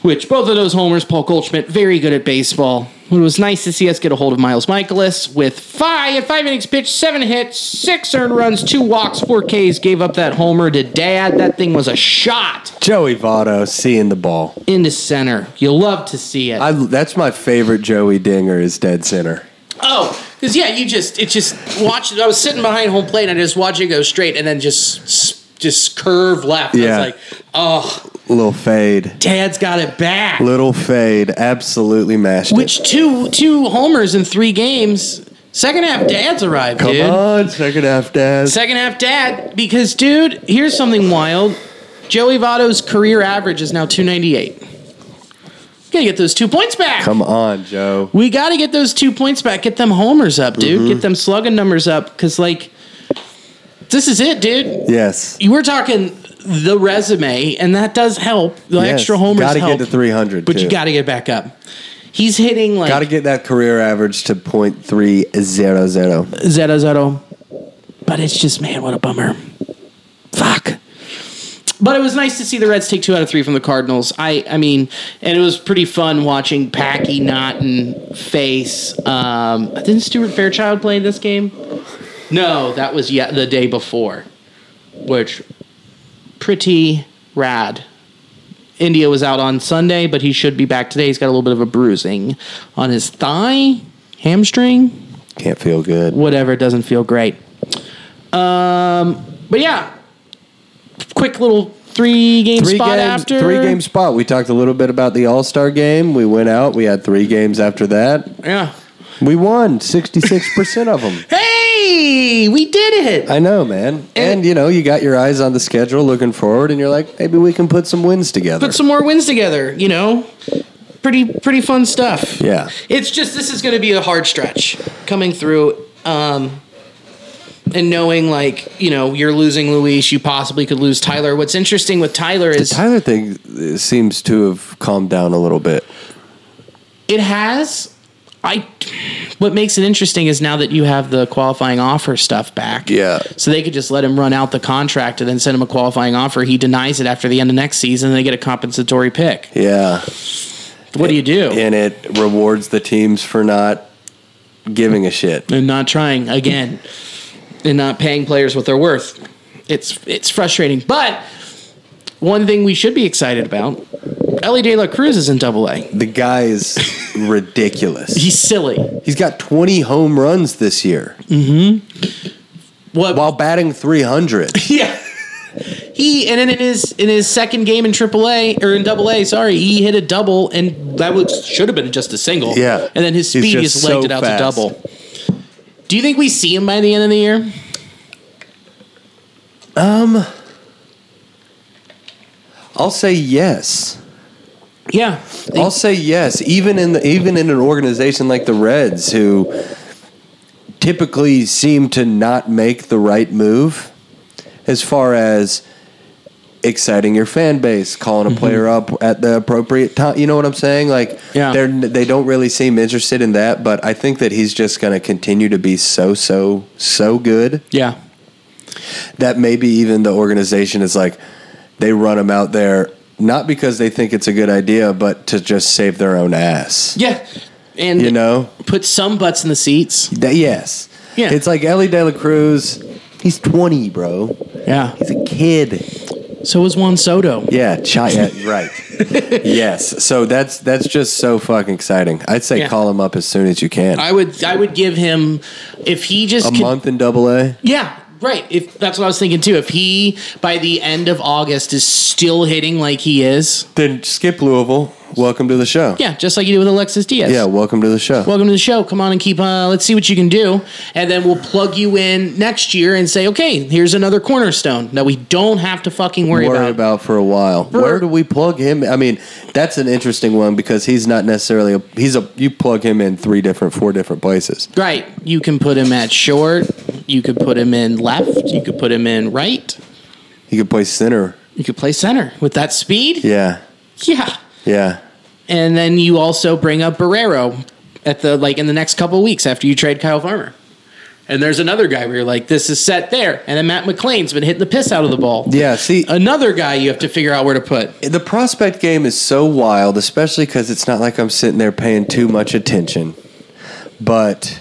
A: Which both of those homers, Paul Goldschmidt, very good at baseball. It was nice to see us get a hold of Miles Michaelis with five five innings pitched, seven hits, six earned runs, two walks, four Ks. Gave up that homer to Dad. That thing was a shot
B: Joey Votto seeing the ball.
A: into center. You love to see it.
B: I, that's my favorite Joey Dinger is dead center.
A: oh, because yeah, you just it just watch it. I was sitting behind home plate and I just watched it go straight and then just s- just curve left.
B: Yeah.
A: I was like, oh,
B: Little fade,
A: Dad's got it back.
B: little fade, absolutely mashed it.
A: Which two two homers in three games? Second half, Dad's arrived,
B: Come
A: dude.
B: on, second half, Dad.
A: Second half, Dad, because dude, here's something wild. Joey Votto's career average is now 298. Gotta get those two points back.
B: Come on, Joe.
A: We got to get those two points back. Get them homers up, dude.
B: Mm-hmm.
A: Get them slugging numbers up. Because, like, this is it, dude.
B: Yes,
A: You were talking the resume, and that does help. The
B: Yes,
A: extra homers
B: gotta get
A: help,
B: to 300,
A: but you
B: too.
A: got to get back up. He's hitting like
B: Got to get that career average to point three zero zero.
A: Zeta Zeto. But it's just, man, what a bummer. Fuck. But it was nice to see the Reds take two out of three from the Cardinals. I, I mean, and it was pretty fun watching Packy, Knott, and Face. Um, didn't Stuart Fairchild play this game? No, that was yeah, the day before, which pretty rad. India was out on Sunday, but he should be back today. He's got a little bit of a bruising on his thigh, hamstring
B: Can't feel good.
A: whatever it doesn't feel great. Um, but yeah, quick little three game
B: three
A: spot
B: games,
A: after
B: three game spot. We talked a little bit about the All Star game. We went out. We had three games after that.
A: Yeah.
B: We won sixty six percent of them.
A: Hey, we did it.
B: I know, man. And you know, you got your eyes on the schedule, looking forward, and you're like, maybe we can put some wins together.
A: Put some more wins together. You know, pretty pretty fun stuff.
B: yeah,
A: It's just this is going to be a hard stretch coming through. Um, and knowing like you know you're losing Luis, you possibly could lose Tyler. What's interesting with Tyler is
B: Tyler thing uh, seems to have calmed down a little bit.
A: It has. I. What makes it interesting is now that you have the qualifying offer stuff back.
B: Yeah.
A: So they could just let him run out the contract and then send him a qualifying offer. He denies it after the end of next season. They get a compensatory pick.
B: Yeah,
A: What do you do?
B: and it rewards the teams for not giving a shit.
A: And not trying again, and not paying players what they're worth. It's it's frustrating. But one thing we should be excited about: Ellie De La Cruz is in Double A.
B: The guy is ridiculous.
A: He's silly.
B: He's got 20 home runs this year
A: What?
B: while batting 300.
A: Yeah. He and then in his in his second game in AAA or in Double A, sorry, he hit a double and that would should have been just a single.
B: Yeah.
A: and then his
B: He's
A: speed
B: just
A: is legged
B: so
A: it out
B: fast.
A: to double. Do you think we see him by the end of the year?
B: I'll say yes.
A: Yeah,
B: I'll say yes, even in the, even in an organization like the Reds, who typically seem to not make the right move as far as exciting your fan base, calling a player up at the appropriate time. You know what I'm saying? Like,
A: Yeah.
B: they're they don't really seem interested in that. But I think that he's just going to continue to be so so so good
A: yeah,
B: that maybe even the organization is like they run him out there not because they think it's a good idea, but to just save their own ass.
A: yeah, and
B: You know?
A: put some butts in the seats.
B: That, yes.
A: Yeah.
B: It's like Ellie De La Cruz. He's 20, bro.
A: Yeah,
B: He's a kid.
A: so was Juan Soto.
B: Yeah, chi- yeah, right. yes. So that's that's just so fucking exciting. I'd say
A: Yeah.
B: call him up as soon as you can.
A: I would I would give him if he just
B: a
A: could-
B: month in double A.
A: Yeah, right. If that's what I was thinking too. If he by the end of August is still hitting like he is.
B: Then skip Louisville. Welcome to the show.
A: Yeah, just like you do with Alexis Diaz.
B: Yeah, welcome to the show.
A: Welcome to the show. Come on and keep. Uh, let's see what you can do, and then we'll plug you in next year and say, okay, here's another cornerstone that we don't have to fucking worry,
B: worry
A: about.
B: about. for a while. Where do we plug him? I mean, that's an interesting one because he's not necessarily a, he's a you plug him in three different, four different places.
A: Right. You can put him at short. You could put him in left. You could put him in right.
B: He could play center.
A: You could play center with that speed.
B: Yeah,
A: Yeah.
B: yeah,
A: And then you also bring up Barrero at the like in the next couple of weeks after you trade Kyle Farmer. And there's another guy where you're like, this is set there. And then Matt McLean's been hitting the piss out of the ball.
B: yeah. See,
A: another guy you have to figure out where to put.
B: the prospect game is so wild, especially because it's not like I'm sitting there paying too much attention. But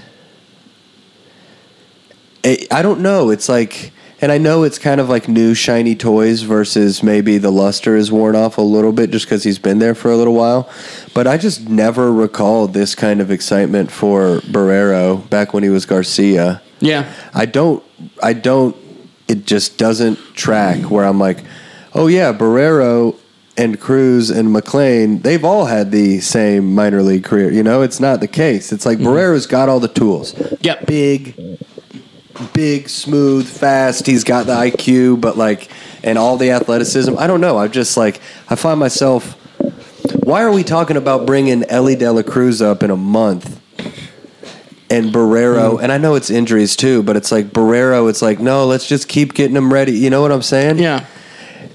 B: it, I don't know. It's like, and I know it's kind of like new shiny toys versus maybe the luster is worn off a little bit just because he's been there for a little while. But I just never recall this kind of excitement for Barrero back when he was Garcia.
A: Yeah.
B: I don't. I don't. It just doesn't track. Where I'm like, oh yeah, Barrero and Cruz and McLean, they've all had the same minor league career. You know, it's not the case. It's like Barrero's got all the tools.
A: Yep.
B: Big, big, smooth, fast. He's got the IQ, but like, and all the athleticism. I don't know. I'm just like, I find myself. Why are we talking about bringing Ellie De La Cruz up in a month? and Barrero, and I know it's injuries too, but it's like Barrero, it's like, no, let's just keep getting him ready. You know what I'm saying?
A: Yeah.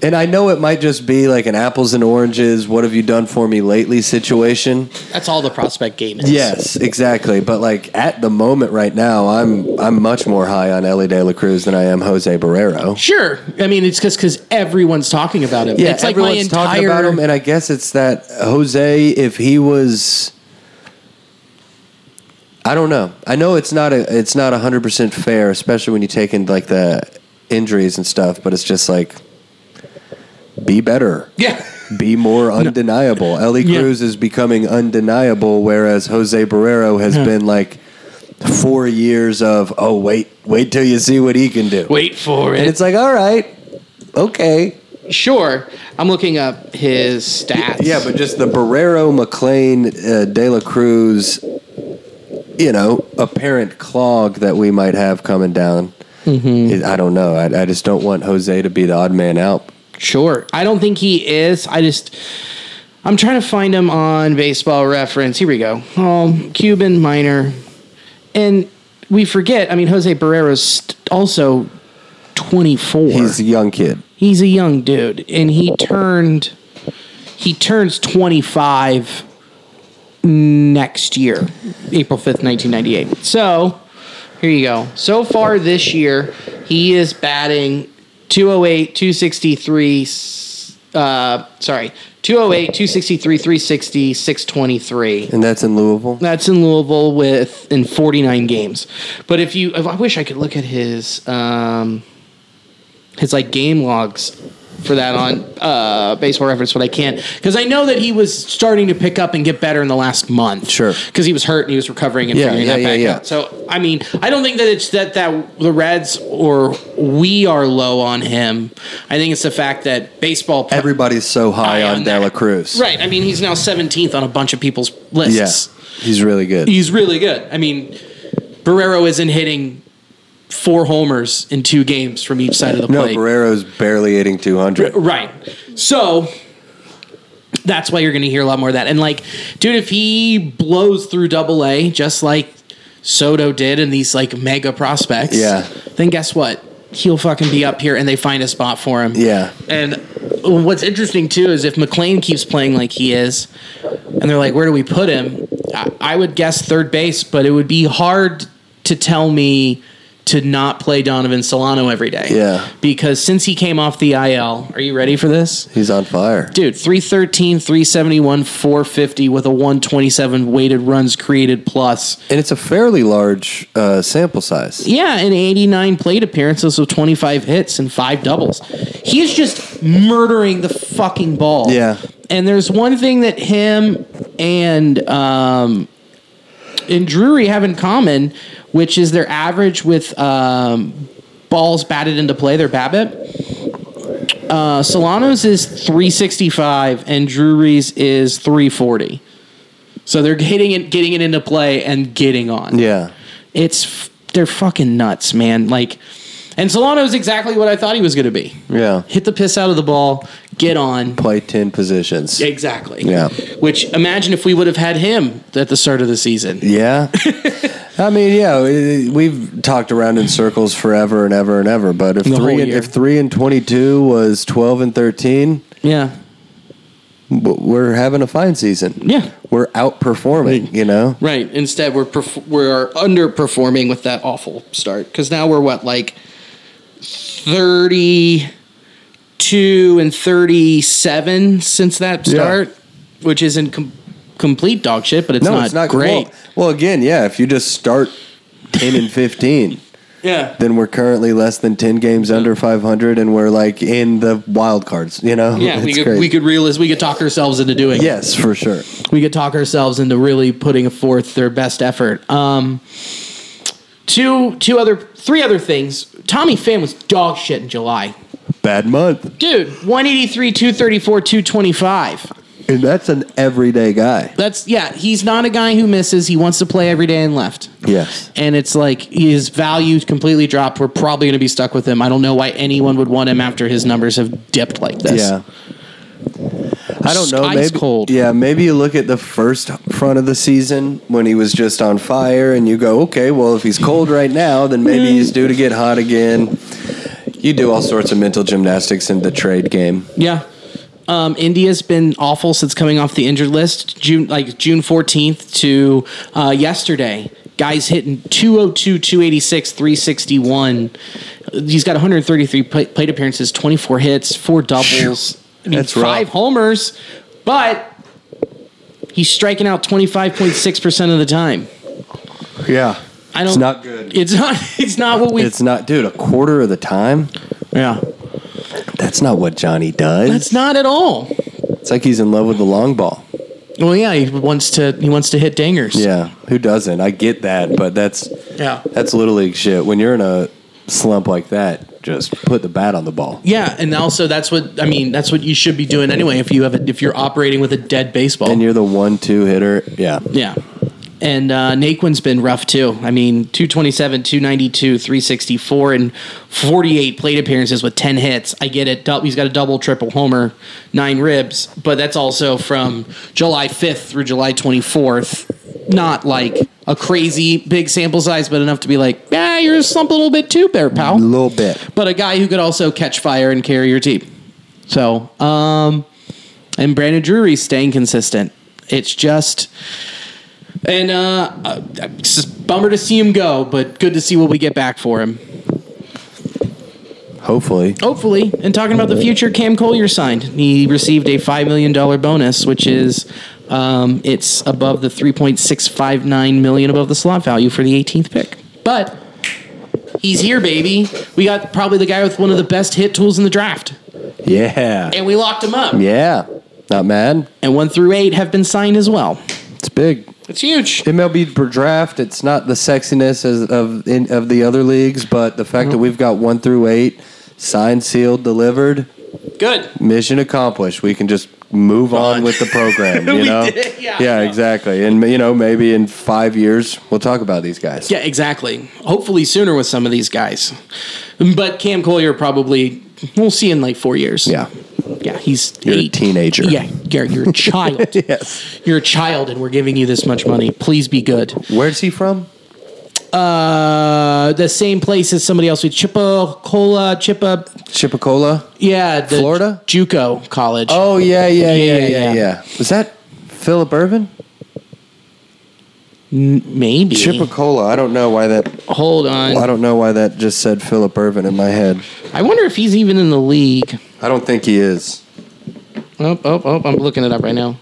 B: And I know it might just be like an apples and oranges, what have you done for me lately situation.
A: That's all the prospect game is.
B: Yes, exactly. But like at the moment right now, I'm I'm much more high on Ellie De La Cruz than I am Jose Barrero.
A: Sure. I mean, it's just because everyone's talking about him.
B: Yeah,
A: it's like my
B: everyone's
A: entire.
B: talking about him, and I guess it's that Jose, if he was, I don't know. I know it's not a it's not hundred percent fair, especially when you take in like the injuries and stuff. But it's just like be better.
A: yeah.
B: be more undeniable. Ellie
A: Yeah.
B: Cruz is becoming undeniable, whereas Jose Barrero has
A: Yeah.
B: been like four years of oh wait, wait till you see what he can do.
A: Wait for
B: And
A: it.
B: it's like all right, okay,
A: Sure. I'm looking up his stats.
B: yeah, but just the Barrero, McLean, uh, De La Cruz, you know, apparent clog that we might have coming down.
A: Mm-hmm.
B: It- I don't know. I, I just don't want Jose to be the odd man out.
A: Sure. I don't think he is. I just I'm trying to find him on baseball reference. Here we go. Um, Cuban minor. And we forget, I mean Jose Barrera's st- also 24.
B: He's a young kid.
A: He's a young dude and he turned he turns 25 next year, April 5th, 1998. So, here you go. So far this year, he is batting 208, 263, uh, sorry, 208, 263, 360, 623.
B: And that's in Louisville.
A: That's in Louisville with in 49 games. But if you, if, I wish I could look at his um, his like game logs for that on uh, Baseball Reference, but I can't because I know that he was starting to pick up and get better in the last month.
B: Sure.
A: because he was hurt and he was recovering and
B: Yeah,
A: figuring
B: yeah,
A: that
B: yeah,
A: back
B: yeah.
A: out. So I mean, I don't think that it's that that the Reds or we are low on him. I think it's the fact that baseball
B: Everybody's so high on, De La
A: that.
B: Cruz.
A: Right. I mean, he's now 17th on a bunch of people's
B: Yeah.
A: lists
B: He's really good.
A: he's really good. I mean, Barrero isn't hitting four homers in two games from each side of the
B: No,
A: plate.
B: Barrero's barely hitting 200.
A: Right. So that's why you're going to hear a lot more of that. And like, dude, if he blows through double A just like Soto did and these like mega prospects,
B: Yeah.
A: then guess what? He'll fucking be up here and they find a spot for him.
B: Yeah.
A: And what's interesting too is if McLean keeps playing like he is, and they're like, where do we put him? I, I would guess third base, but it would be hard to tell me to not play Donovan Solano every day.
B: Yeah.
A: Because since he came off the IL, are you ready for this?
B: He's on fire.
A: Dude, 313, 371, 450 with a 127 weighted runs created plus.
B: And it's a fairly large uh, sample size.
A: Yeah, and 89 plate appearances with 25 hits and five doubles. He's just murdering the fucking ball.
B: Yeah.
A: And there's one thing that him and um, and Drury have in common, which is their average with um, balls batted into play, their BABIP. Uh, Solano's is 365 and Drury's is 340. So they're hitting it, getting it into play, and getting on
B: Yeah.
A: it's f- they're fucking nuts, man. Like, and Solano's exactly what I thought he was going to be.
B: Yeah.
A: Hit the piss out of the ball, get on.
B: Play 10 positions.
A: Exactly.
B: Yeah.
A: Which imagine if we would have had him at the start of the season.
B: Yeah. I mean, yeah, we- we've talked around in circles forever and ever and ever, but if
A: The whole
B: 3 and,
A: year.
B: if 3 and 22 was 12 and 13,
A: Yeah.
B: w- we're having a fine season.
A: Yeah.
B: We're outperforming, you know.
A: Right. Instead, we're perf- we're underperforming with that awful start because now we're what like thirty-two and thirty-seven since that
B: Yeah.
A: start, which isn't com- complete dog shit, but it's,
B: no,
A: not,
B: it's not
A: great.
B: Well, well, again, yeah, if you just start 10 and 15,
A: Yeah.
B: then we're currently less than 10 games under 500 and we're like in the wild cards you know
A: Yeah, we
B: It's
A: could
B: crazy.
A: we could realize we could talk ourselves into doing. it.
B: yes for sure
A: we could talk ourselves into really putting forth their best effort. Um, two two other three other things. Tommy Pham was dog shit in July,
B: bad month
A: dude. One eighty three, two thirty four, two twenty five.
B: and that's an everyday guy
A: That's yeah. He's not a guy who misses. He wants to play every day and left.
B: yes
A: And it's like his value completely dropped. We're probably going to be stuck with him. I don't know why anyone would want him after his numbers have dipped like this.
B: yeah I don't know.
A: Ice
B: Maybe,
A: cold.
B: Yeah, maybe you look at the first front of the season when he was just on fire, and you go, okay, well, if he's cold right now, then maybe he's due to get hot again. You do all sorts of mental gymnastics in the trade game.
A: Yeah. Um, India's been awful since coming off the injured list. June like June 14th to uh, yesterday. Guys hitting 202, 286, 361. He's got 133 pla- plate appearances, 24 hits, four doubles, I mean,
B: That's rough.
A: five homers, but he's striking out 25.6% of the time.
B: Yeah.
A: I don't
B: It's not good.
A: It's not it's not what we
B: It's not, dude, a quarter of the time?
A: Yeah.
B: That's not what Johnny does.
A: That's not at all.
B: it's like he's in love with the long ball.
A: Well, yeah, he wants to he wants to hit dingers.
B: Yeah. Who doesn't? I get that, but that's
A: Yeah.
B: that's little league shit. When you're in a slump like that, just put the bat on the ball.
A: Yeah, and also that's what I mean. That's what you should be doing anyway. If you have a, if you're operating with a dead baseball,
B: And you're the one two hitter. Yeah.
A: yeah. And uh, Naquin's been rough too. I mean, 227, 292, 364, and 48 plate appearances with 10 hits. I get it. Dou- He's got a double, triple homer, nine ribs, but that's also from July 5th through July 24th. Not like a crazy big sample size, but enough to be like, yeah, you're a slump a little bit too, Bear Pal.
B: A little bit.
A: but a guy who could also catch fire and carry your team. So, um, and Brandon Drury's staying consistent. It's just, and uh, uh, it's just a bummer to see him go, but good to see what we get back for him.
B: Hopefully.
A: Hopefully, and talking about the future, Cam Collier signed. He received a five million dollar bonus, which is um, it's above the three point six five nine million above the slot value for the 18th pick. But he's here, baby. We got probably the guy with one of the best hit tools in the draft,
B: Yeah.
A: and we locked him up.
B: Yeah. Not mad.
A: And one through eight have been signed as well.
B: It's big.
A: It's huge.
B: MLB per draft, it's not the sexiness as of in, of the other leagues, but the fact that we've got one through eight signed, sealed, delivered,
A: Good.
B: mission accomplished. We can just move on, with the program. You
A: We
B: know,
A: did, yeah, I know.
B: exactly. And you know, maybe in five years we'll talk about these guys.
A: Yeah, exactly. Hopefully sooner with some of these guys, but Cam Collier probably we'll see in like four years.
B: yeah.
A: Yeah, he's
B: You're a teenager.
A: Yeah, you're, you're a child.
B: Yes.
A: You're a child, and we're giving you this much money. Please be good.
B: Where's he from?
A: Uh, the same place as somebody else with Chipocola, Chipa,
B: Chipicola.
A: yeah, the
B: Florida?
A: Ju- JUCO college.
B: Oh yeah, yeah, yeah, yeah,
A: yeah.
B: yeah. Was that Philip Irvin?
A: maybe.
B: Chipicola. I don't know why that.
A: Hold on.
B: I don't know why that just said Philip Irvin in my head.
A: I wonder if he's even in the league.
B: I don't think he is.
A: Oh, oh, oh! I'm looking it up right now.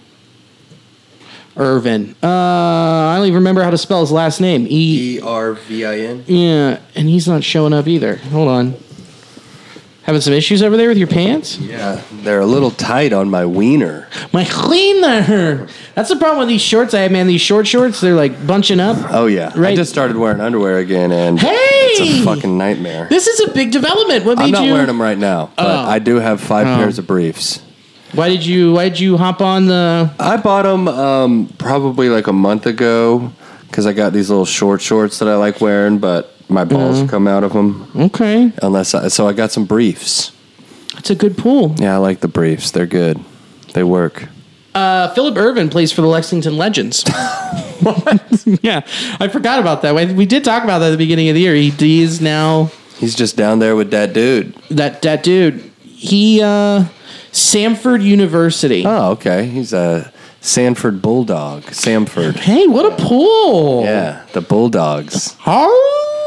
A: Irvin. Uh, I don't even remember how to spell his last name. E
B: E R V I N.
A: Yeah, and he's not showing up either. Hold on. Having some issues over there with your pants?
B: Yeah, they're a little tight on my wiener.
A: My cleaner. That's the problem with these shorts I have, man. These short shorts, they're like bunching up.
B: Oh yeah,
A: Right.
B: I just started wearing underwear again, and
A: Hey!
B: it's a fucking nightmare.
A: This is a big development. What made
B: I'm not
A: you?
B: wearing them right now, but
A: Oh.
B: I do have five
A: Oh.
B: pairs of briefs.
A: Why did you? Why did you hop on the?
B: I bought them um, probably like a month ago because I got these little short shorts that I like wearing, but my
A: Mm-hmm.
B: balls come out of them
A: Okay,
B: unless I, so. I got some briefs.
A: that's a good pool.
B: Yeah, I like the briefs. They're good. They work.
A: Uh, Philip Irvin plays for the Lexington Legends. yeah, I forgot about that. We- We did talk about that at the beginning of the year. He, he is now
B: He's just down there with that dude.
A: that that dude. He uh, Samford University.
B: Oh, okay. He's a Sanford Bulldog. Samford.
A: Hey, what a pool!
B: Yeah, the Bulldogs.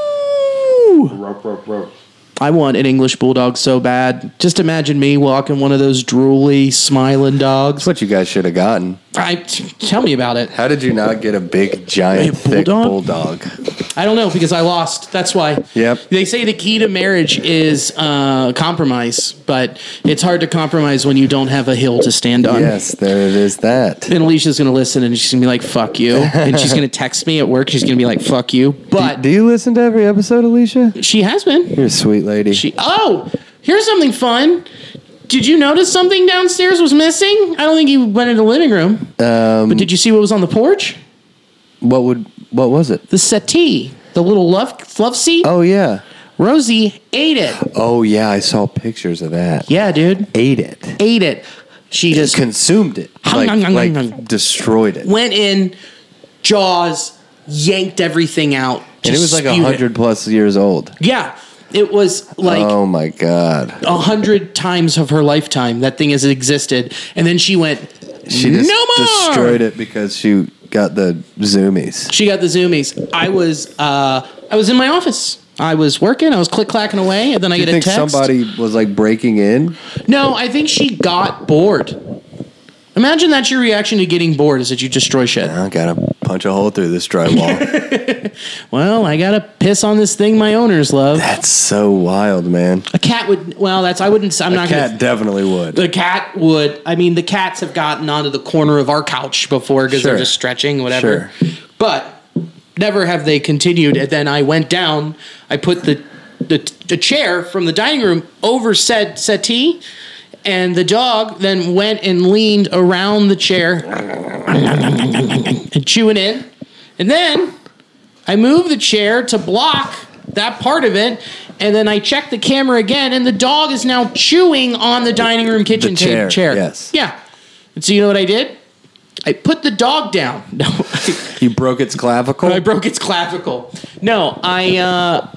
A: Oh! I want an English bulldog so bad. Just imagine me walking one of those drooly, smiling dogs.
B: That's what you guys should have gotten.
A: I t- tell me about it.
B: How did you not get a big, giant,
A: A
B: thick
A: bulldog?
B: bulldog?
A: I don't know because I lost. That's why.
B: Yep.
A: They say the key to marriage is uh, compromise, but it's hard to compromise when you don't have a hill to stand on.
B: Yes, there it is. That
A: And Alicia's gonna listen, and she's gonna be like, "Fuck you," and she's gonna text me at work. She's gonna be like, "Fuck you," but
B: Do you listen to every episode, Alicia?
A: she has been.
B: You're a sweet lady.
A: She oh, here's something fun. Did you notice something downstairs was missing? I don't think you went in the living room.
B: Um,
A: but did you see what was on the porch?
B: what would? What was it?
A: The settee, the little love love seat.
B: Oh yeah.
A: Rosie ate it.
B: Oh yeah. I saw pictures of that.
A: Yeah, dude,
B: Ate it.
A: ate it. She just
B: Consumed it.
A: Hum,
B: Like,
A: hum, hum,
B: like
A: hum, hum.
B: destroyed it.
A: went in, jaws yanked everything out.
B: And it
A: just
B: was like
A: spewed it.
B: hundred plus years old.
A: Yeah. It was like
B: oh my god.
A: a hundred times of her lifetime that thing has existed, and then she went.
B: She just
A: no more!
B: destroyed it because she got the zoomies.
A: She got the zoomies. I was uh, I was in my office. I was working. I was click clacking away, and then I
B: Do you
A: get a
B: think
A: text.
B: somebody was like breaking in?
A: No, I think she got bored. Imagine that's your reaction to getting bored is that you destroy shit.
B: I gotta punch a hole through this drywall.
A: Well, I gotta piss on this thing my owners love.
B: That's so wild, man.
A: A cat would. Well, that's I wouldn't. I'm
B: A
A: not
B: cat
A: gonna.
B: definitely would.
A: The cat would. I mean, the cats have gotten onto the corner of our couch before because
B: Sure.
A: they're just stretching, whatever.
B: Sure.
A: But never have they continued. And then I went down. I put the the, the chair from the dining room over said settee, and the dog then went and leaned around the chair, and chewing in. And then I moved the chair to block that part of it. And then I checked the camera again, and the dog is now chewing on the dining room kitchen table
B: chair,
A: chair.
B: yes.
A: Yeah. And so you know what I did? I put the dog down. No, I,
B: You broke its clavicle.
A: I broke its clavicle. No, I uh,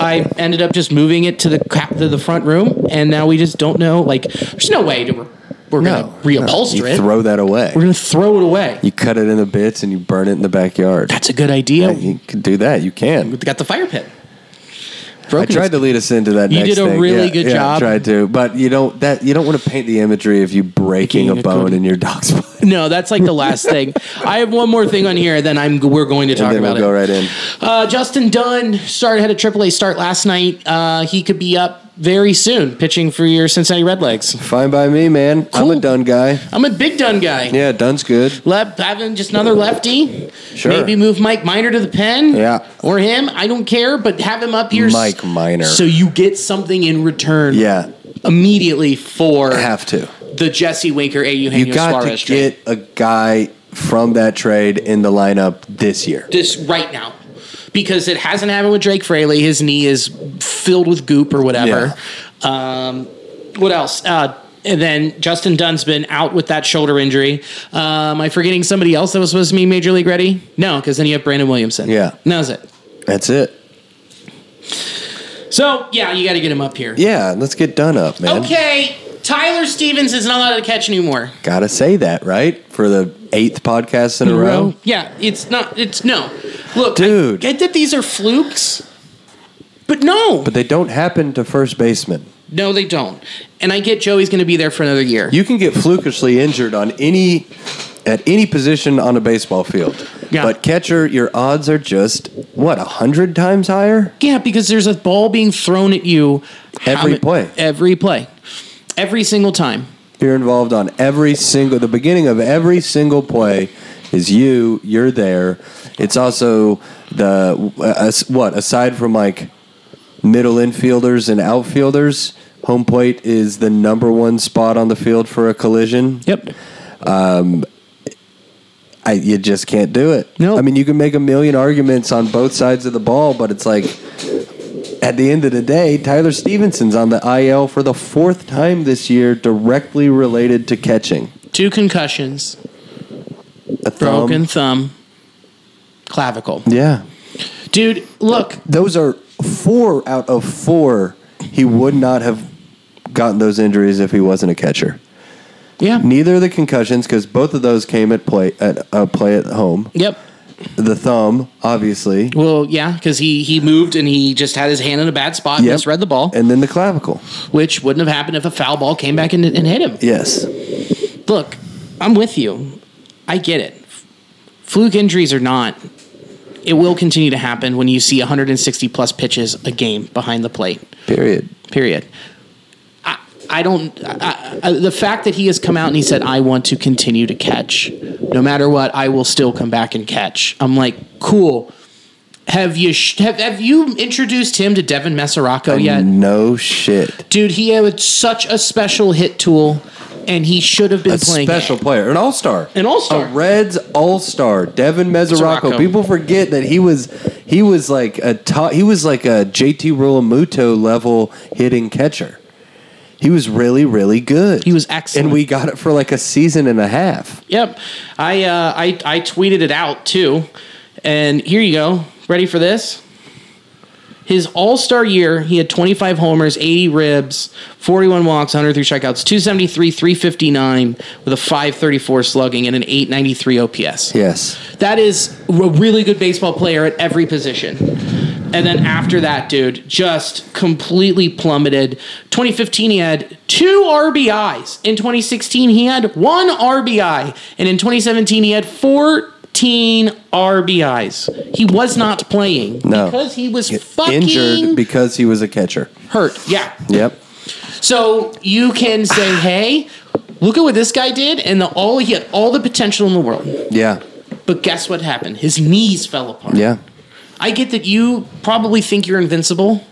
A: I ended up just moving it to the cap to the front room, and now we just don't know. Like, there's no way to re- we're
B: no,
A: gonna
B: no.
A: reupholster
B: You
A: it.
B: throw that away.
A: we're gonna throw it away.
B: You cut it into bits and you burn it in the backyard.
A: That's a good idea.
B: Yeah, you can do that. You can.
A: Got the fire pit.
B: I
A: Broken
B: tried to lead us into that.
A: You
B: next
A: did a
B: thing.
A: really
B: Yeah,
A: good
B: yeah, I
A: job.
B: tried to, but you don't. That you don't want to paint the imagery of you breaking
A: Breaking
B: a
A: a
B: bone
A: code.
B: in your dog's butt.
A: No, that's like the last thing. I have one more thing on here. Then I'm we're going to talk
B: And then we'll
A: about
B: go
A: it.
B: right in.
A: Uh, Justin Dunn started had a AAA start last night. Uh, he could be up very soon pitching for your Cincinnati Redlegs.
B: Fine by me, man. I'm a
A: Cool.
B: done guy.
A: I'm a big Dunn guy.
B: Yeah, done's good.
A: Left having just another lefty.
B: Sure.
A: Maybe move Mike Miner to the pen.
B: Yeah.
A: Or him. I don't care, but have him up here. s-
B: Mike Minor.
A: So you get something in return.
B: Yeah,
A: Immediately for
B: have to.
A: the Jesse Winker, A. Eugenio
B: You got
A: Suarez
B: to
A: trade.
B: get a guy from that trade in the lineup this year.
A: this right now because it hasn't happened with Drake Fraley. His knee is filled with goop or whatever. Um, what else? Uh, and then Justin Dunn's been out with that shoulder injury. Um, am I forgetting somebody else that was supposed to be major league ready? No, because then you have Brandon Williamson.
B: Yeah.
A: And that was it.
B: That's it.
A: So yeah, you got to get him up here.
B: Yeah, let's get done up, man.
A: Okay, Tyler Stevens is not allowed to catch anymore.
B: Gotta say that, right? For the eighth podcast in, a row.
A: Yeah, it's not. It's no. Look, I
B: Dude.
A: get that these are flukes, but no,
B: But they don't happen to first baseman.
A: No, they don't. And I get Joey's going to be there for another year.
B: You can get flukishly injured on any at any position on a baseball field.
A: Yeah.
B: But catcher, your odds are just what, a hundred times higher?
A: yeah, because there's a ball being thrown at you how
B: Every
A: ma-
B: play.
A: Every play. Every single time.
B: You're involved on every single the beginning of every single play is you, you're there. It's also the uh, as- what aside from like middle infielders and outfielders, home plate is the number one spot on the field for a collision.
A: Yep.
B: I, you just can't do it.
A: No.
B: I mean, you can make a million arguments on both sides of the ball, but it's like at the end of the day, Tyler Stevenson's on the IL for the fourth time this year, directly related to catching.
A: Two concussions,
B: A thumb.
A: broken thumb, clavicle.
B: Yeah.
A: Dude, look,
B: Those are four out of four. He would not have gotten those injuries if he wasn't a catcher.
A: yeah.
B: Neither of the concussions, because both of those came at play at uh, play at home.
A: Yep.
B: The thumb, obviously.
A: Well, yeah, because he he moved and he just had his hand in a bad spot,
B: Yep.
A: misread the ball,
B: and then the clavicle.
A: which wouldn't have happened if a foul ball came back and, and hit him.
B: Yes.
A: look, I'm with you. I get it. Fluke injuries or not, it will continue to happen when you see 160 plus pitches a game behind the plate.
B: Period.
A: Period. I, I don't. I, I, the fact that he has come out and he said, "I want to continue to catch, no matter what. I will still come back and catch." I'm like, cool. Have you sh- have, have you introduced him to Devin Meseraco yet?
B: No shit.
A: Dude, he had such a special hit tool, and he should have been
B: A
A: playing.
B: special player, an all star,
A: An all-star.
B: a Reds all star, Devin Mesoraco.
A: Mesoraco.
B: People forget that he was he was like a top, he was like a JT Realmuto level hitting catcher. He was really really good.
A: He was excellent.
B: and we got it for like a season and a half.
A: Yep. I uh, I I tweeted it out too. And here you go. Ready for this? His All Star year, he had 25 homers, 80 ribs, 41 walks, 103 strikeouts, 273, 359 with a 534 slugging and an 893 OPS.
B: Yes.
A: That is a really good baseball player at every position. And then after that, dude, just completely plummeted. 2015, he had two RBIs. In 2016, he had one RBI. And in 2017, he had 14 RBIs. He was not playing
B: No.
A: because he was fucking
B: Injured because he was a catcher.
A: hurt. Yeah.
B: Yep.
A: So you can say, hey, look at what this guy did. And the, all he had all the potential in the world.
B: Yeah.
A: But guess what happened? His knees fell apart.
B: Yeah.
A: I get that you probably think you're invincible,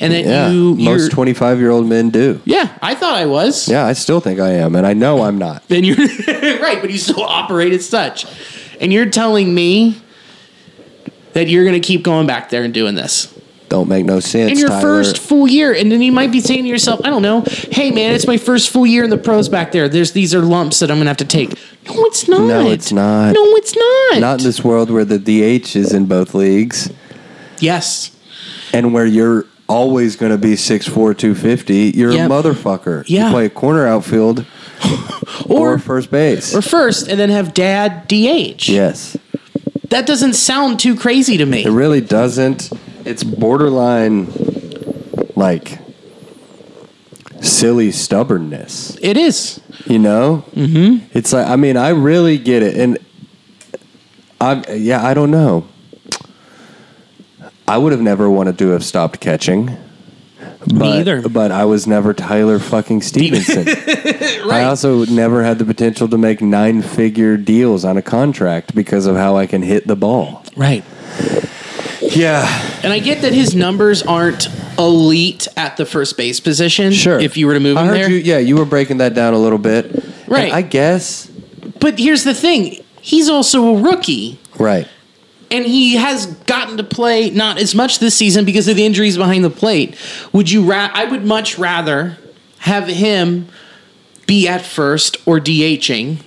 A: and that
B: Yeah.
A: you you're,
B: Most 25 year old men do.
A: Yeah, I thought I was.
B: Yeah, I still think I am, and I know I'm not.
A: Then you're right, but you still operate as such, and you're telling me that you're going to keep going back there and doing this
B: Don't make no sense.
A: in your
B: Tyler.
A: first full year, and then you might be saying to yourself, I don't know, hey man, it's my first full year in the pros back there. There's these are lumps that I'm going to have to take. No, it's not.
B: No, it's not.
A: No, it's not.
B: Not in this world where the DH is in both leagues
A: yes.
B: and where you're always going to be 6'4, 250. You're
A: Yeah.
B: a motherfucker.
A: Yeah.
B: You play corner outfield or,
A: Or
B: first base.
A: or first, and then have dad DH.
B: yes.
A: That doesn't sound too crazy to me.
B: It really doesn't. It's borderline like silly stubbornness,
A: It is.
B: you know? Mm-hmm. It's like, I mean, I really get it. And I'm, yeah, I don't know. I would have never wanted to have stopped catching. But,
A: either.
B: But I was never Tyler fucking Stevenson. I also never had the potential to make nine figure deals on a contract because of how I can hit the ball.
A: Right.
B: Yeah.
A: And I get that his numbers aren't elite at the first base position.
B: Sure.
A: If you were to move
B: I
A: him
B: heard
A: there.
B: you- yeah, you were breaking that down a little bit.
A: Right.
B: And I guess.
A: But here's the thing he's also a rookie.
B: Right.
A: And he has gotten to play not as much this season because of the injuries behind the plate. Would you? Ra- I would much rather have him be at first or DHing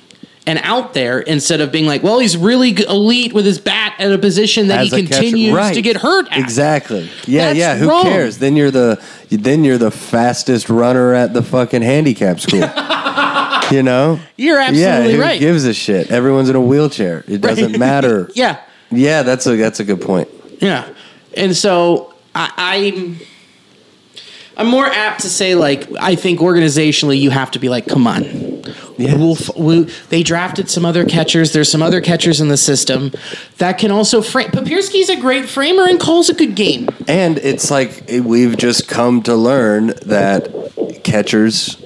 A: and out there instead of being like, well, he's really g- elite with his bat at a position that
B: As
A: he
B: a catcher-
A: continues
B: right.
A: to get hurt. At.
B: Exactly. Yeah,
A: That's
B: yeah. Who
A: wrong.
B: cares? Then you're the then you're the fastest runner at the fucking handicap school. you know.
A: You're absolutely
B: yeah, who
A: right.
B: Gives a shit. Everyone's in a wheelchair. It doesn't matter.
A: Yeah.
B: Yeah, that's a that's a good point.
A: Yeah, and so I, I'm I'm more apt to say like I think organizationally you have to be like, come on,
B: Yes.
A: we'll, f- we they drafted some other catchers. There's some other catchers in the system that can also frame. Papirski's a great framer and calls a good game.
B: And it's like we've just come to learn that catchers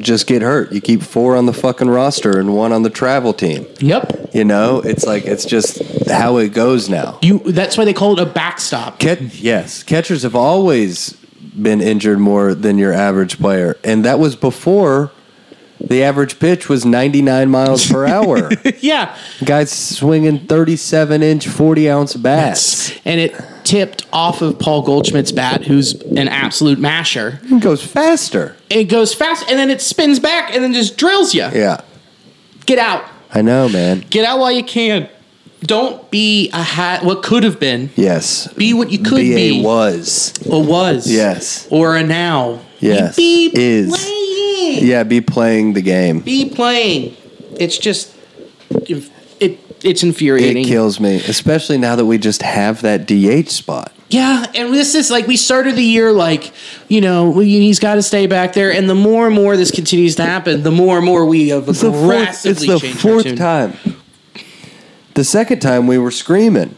B: just get hurt. You keep four on the fucking roster and one on the travel team.
A: Yep,
B: You know, it's like it's just how it goes now.
A: you. That's why they call it a backstop.
B: Cat- yes, catchers have always been injured more than your average player, and that was before the average pitch was 99 miles per hour.
A: yeah,
B: Guys swinging 37 inch, 40 ounce bats.
A: and it tipped off of Paul Goldschmidt's bat, who's an absolute masher.
B: It goes faster.
A: It goes fast, and then it spins back, and then just drills you.
B: Yeah,
A: Get out.
B: I know, man.
A: Get out while you can. Don't be a hat. What could have been.
B: Yes,
A: Be what you could
B: BA
A: be.
B: was.
A: Or was.
B: Yes.
A: Or a now.
B: Yes.
A: Be
B: Is.
A: playing.
B: Yeah, be playing the game.
A: Be playing. It's just. It, it's infuriating.
B: It kills me, especially now that we just have that DH spot.
A: Yeah, and this is like we started the year like, you know, we, he's got to stay back there. And the more and more this continues to happen, the more and more we have
B: It's the fourth, it's
A: aggressively
B: the
A: changed our
B: fourth
A: tune.
B: time. The second time we were screaming.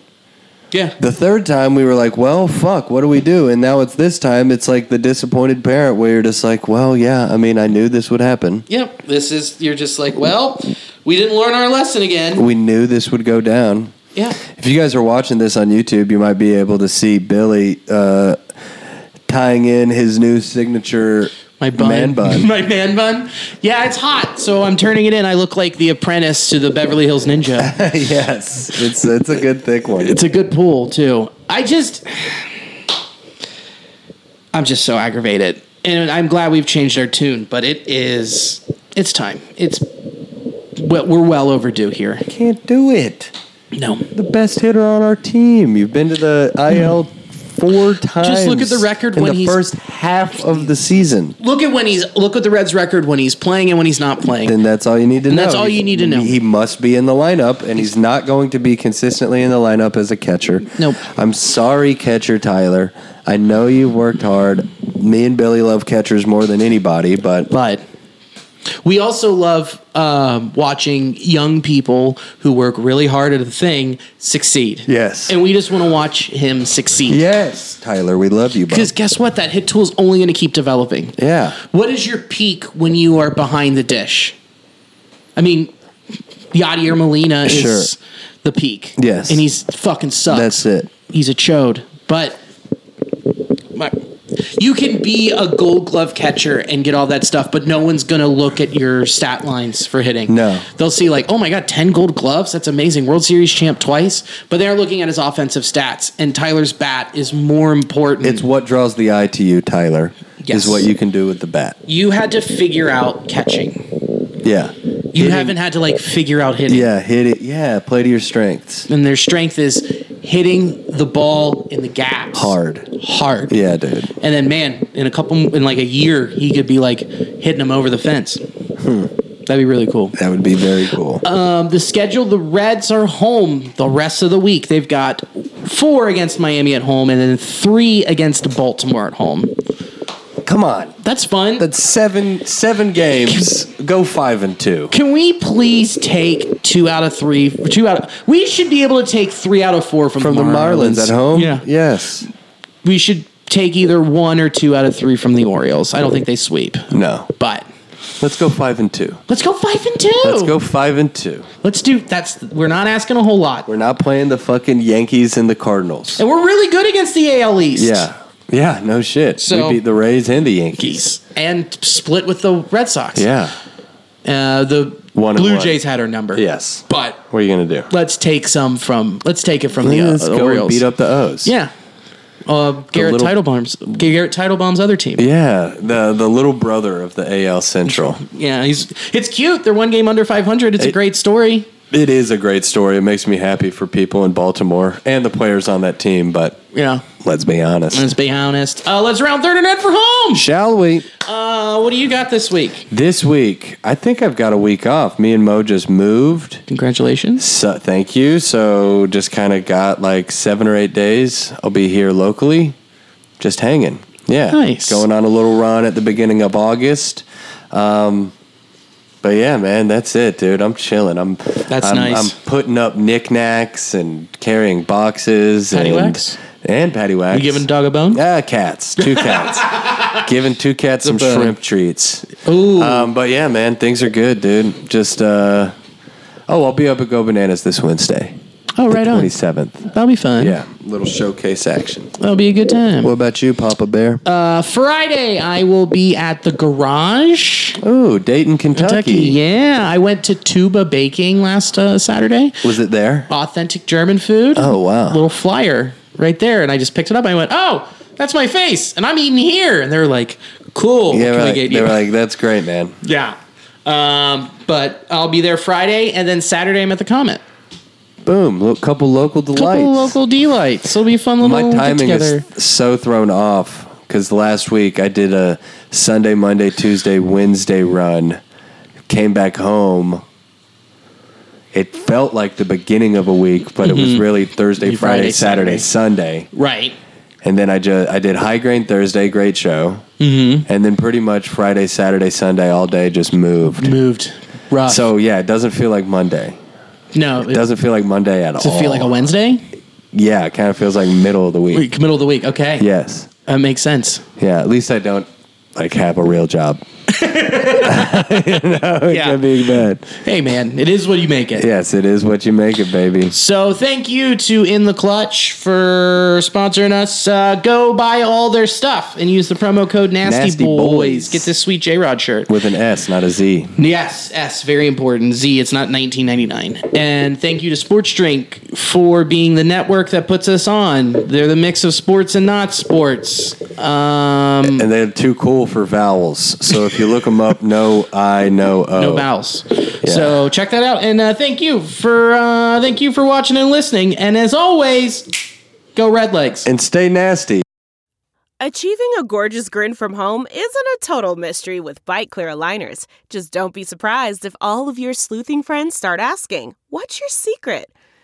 A: Yeah.
B: The third time we were like, well, fuck, what do we do? And now it's this time, it's like the disappointed parent where you're just like, well, yeah, I mean, I knew this would happen.
A: Yep. This is, you're just like, well, we didn't learn our lesson again.
B: We knew this would go down.
A: Yeah.
B: If you guys are watching this on YouTube, you might be able to see Billy uh, tying in his new signature
A: My bun.
B: man bun.
A: My man bun. Yeah, it's hot, so I'm turning it in. I look like the apprentice to the Beverly Hills Ninja.
B: yes, it's it's a good thick one.
A: it's a good pool, too. I just. I'm just so aggravated. And I'm glad we've changed our tune, but it is. It's time. It's. Well, we're well overdue here.
B: Can't do it.
A: No.
B: The best hitter on our team. You've been to the IL four times.
A: look at the record
B: in
A: when
B: the
A: he's-
B: first half of the season.
A: Look at when he's look at the Reds record when he's playing and when he's not playing.
B: Then that's all you need to
A: And
B: know.
A: that's all you need to know.
B: He must be in the lineup, and he's not going to be consistently in the lineup as a catcher.
A: Nope.
B: I'm sorry, catcher Tyler. I know you worked hard. Me and Billy love catchers more than anybody, but
A: But we also love um, watching young people who work really hard at a thing succeed.
B: Yes.
A: And we just want to watch him succeed.
B: yes, Tyler, we love you. bud.
A: Because guess what? That hit tool is only going to keep developing.
B: Yeah.
A: What is your peak when you are behind the dish? I mean, Yadier Molina is
B: Sure.
A: the peak.
B: Yes.
A: And he's fucking sucks.
B: That's it.
A: He's a chode. But my, you can be a gold glove catcher and get all that stuff, but no one's going to look at your stat lines for hitting.
B: No.
A: They'll see, like, oh my God, 10 gold gloves? That's amazing. World Series champ twice. But they're looking at his offensive stats, and Tyler's bat is more important.
B: It's what draws the eye to you, Tyler.
A: Yes.
B: Is what you can do with the bat.
A: you had to figure out catching.
B: Yeah.
A: You haven't had to like figure out hitting.
B: Yeah, hit it. Yeah, play to your strengths.
A: And their strength is hitting the ball in the gaps.
B: Hard.
A: Hard.
B: Yeah, dude.
A: And then man, in a couple in like a year, he could be like hitting them over the fence. That'd be really cool.
B: That would be very cool.
A: Um, the schedule: the Reds are home the rest of the week. They've got four against Miami at home, and then three against Baltimore at home.
B: Come on.
A: That's fun.
B: That's seven seven games. Go five and two.
A: Can we please take two out of three? Two out. Of, we should be able to take three out of four from,
B: From the Marlins at home?
A: Yeah.
B: Yes.
A: We should take either one or two out of three from the Orioles. I don't think they sweep,
B: No.
A: but
B: Let's go five and two.
A: let's go five and 2
B: Let's go five and two.
A: Let's do. That's. We're not asking a whole lot,
B: We're not playing the fucking Yankees and the Cardinals.
A: and we're really good against the AL East.
B: Yeah. Yeah, no shit.
A: So-
B: we beat the Rays and the Yankees.
A: and split with the Red Sox.
B: Yeah.
A: Uh, the
B: One and
A: Blue
B: one.
A: Jays had our number.
B: Yes.
A: but
B: What are you gonna do?
A: let's take some from. Let's take it from the, uh,
B: Let's
A: the
B: go and
A: Orioles.
B: beat up the O's.
A: Yeah. Uh, Garrett
B: little-
A: Teitelbaum's Garrett Teitelbaum's other team.
B: Yeah, the the little brother of the AL Central.
A: Yeah, he's it's cute. They're one game under 500. It's a
B: It-
A: great story.
B: It is a great story. It makes me happy for people in Baltimore and the players on that team, but
A: Yeah,
B: let's be honest.
A: let's be honest. Uh, let's round third and end for home.
B: Shall we?
A: Uh, what do you got this week?
B: This week, I think I've got a week off. Me and Mo just moved.
A: Congratulations.
B: So, thank you. So, just kind of got like seven or eight days. I'll be here locally, just hanging. Yeah.
A: Nice.
B: Going on a little run at the beginning of August. Um, but yeah, man, that's it, dude. I'm chilling. I'm
A: That's
B: I'm,
A: nice.
B: I'm putting up knickknacks and carrying boxes
A: Patty
B: and
A: whacks?
B: and patty wax.
A: You giving dog a bone?
B: Ah, cats. Two cats. Giving two cats some
A: bone.
B: shrimp treats.
A: Ooh.
B: Um, but yeah, man, things are good, dude. Just uh, oh, I'll be up at Go Bananas this Wednesday,
A: oh, right on.
B: twenty seventh.
A: That'll be fun.
B: Yeah, little showcase action.
A: that'll be a good time.
B: What about you, Papa Bear?
A: Uh, Friday, I will be at the garage.
B: oh, Dayton, Kentucky.
A: Kentucky. Yeah, I went to Tuba Baking last uh, Saturday.
B: Was it there?
A: Authentic German food.
B: Oh, wow.
A: Little flyer right there, and I just picked it up. I went, "Oh, that's my face," and I'm eating here. And they were like, "Cool, what can
B: Yeah, they
A: we
B: were like,
A: get
B: they
A: you?"
B: were like, that's great, man.
A: yeah. Um, but I'll be there Friday, and then Saturday I'm at the Comet.
B: Boom, a couple local
A: Couple
B: delights.
A: local delights. It'll be a fun
B: My
A: little get
B: timing
A: together.
B: is so thrown off because last week I did a Sunday, Monday, Tuesday, Wednesday run. Came back home. It felt like the beginning of a week, but it was really Thursday,
A: Mm-hmm. Be
B: Friday,
A: Friday,
B: Saturday, Sunday.
A: right.
B: And then I just I did high grain Thursday, great show, mm-hmm. and then pretty much Friday, Saturday, Sunday all day just moved.
A: Moved. Rough.
B: So yeah, it doesn't feel like Monday.
A: no, it
B: It
A: doesn't
B: doesn't feel like Monday at all.
A: feel like a Wednesday.
B: Yeah, it kind of feels like middle of the week.
A: Week, middle of the week. Okay.
B: Yes.
A: That makes sense.
B: Yeah, at least I don't like have a real job.
A: Yeah.
B: That being bad.
A: Hey, man, it is what you make it.
B: Yes, it is what you make it, baby.
A: So thank you to In the Clutch for sponsoring us. Uh, go buy all their stuff and use the promo code Nasty,
B: Nasty
A: Boys.
B: Boys.
A: Get this sweet J Rod shirt.
B: With an S, not a Z.
A: Yes, S, very important. Z, it's not 1999. And thank you to Sports Drink for being the network that puts us on. They're the mix of sports and not sports. Um,
B: And they're too cool for vowels. So if you look them up, no I, no O.
A: no vowels. So check that out. And uh, thank you for uh, thank you for watching and listening. And as always, Go Redlegs.
B: and stay nasty.
C: Achieving a gorgeous grin from home isn't a total mystery with bite clear aligners. Just don't be surprised if all of your sleuthing friends start asking, What's your secret?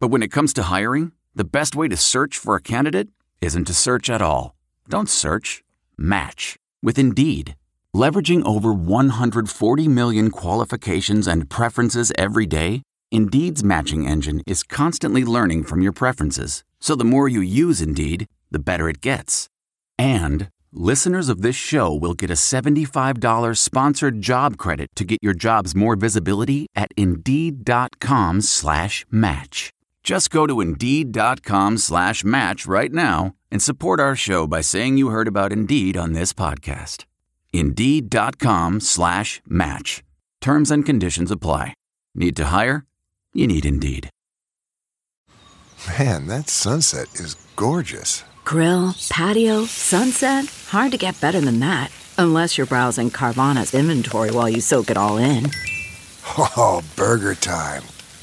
D: But when it comes to hiring, the best way to search for a candidate isn't to search at all. Don't search, match with Indeed. Leveraging over 140 million qualifications and preferences every day, Indeed's matching engine is constantly learning from your preferences. So the more you use Indeed, the better it gets. And listeners of this show will get a $75 sponsored job credit to get your jobs more visibility at Indeed.com slash match. Just go to Indeed.com slash match right now and support our show by saying you heard about Indeed on this podcast. Indeed.com slash match. Terms and conditions apply. Need to hire? You need Indeed.
E: Man, that sunset is gorgeous.
F: Grill, patio, sunset. Hard to get better than that. Unless you're browsing Carvana's inventory while you soak it all in.
E: Oh, burger time.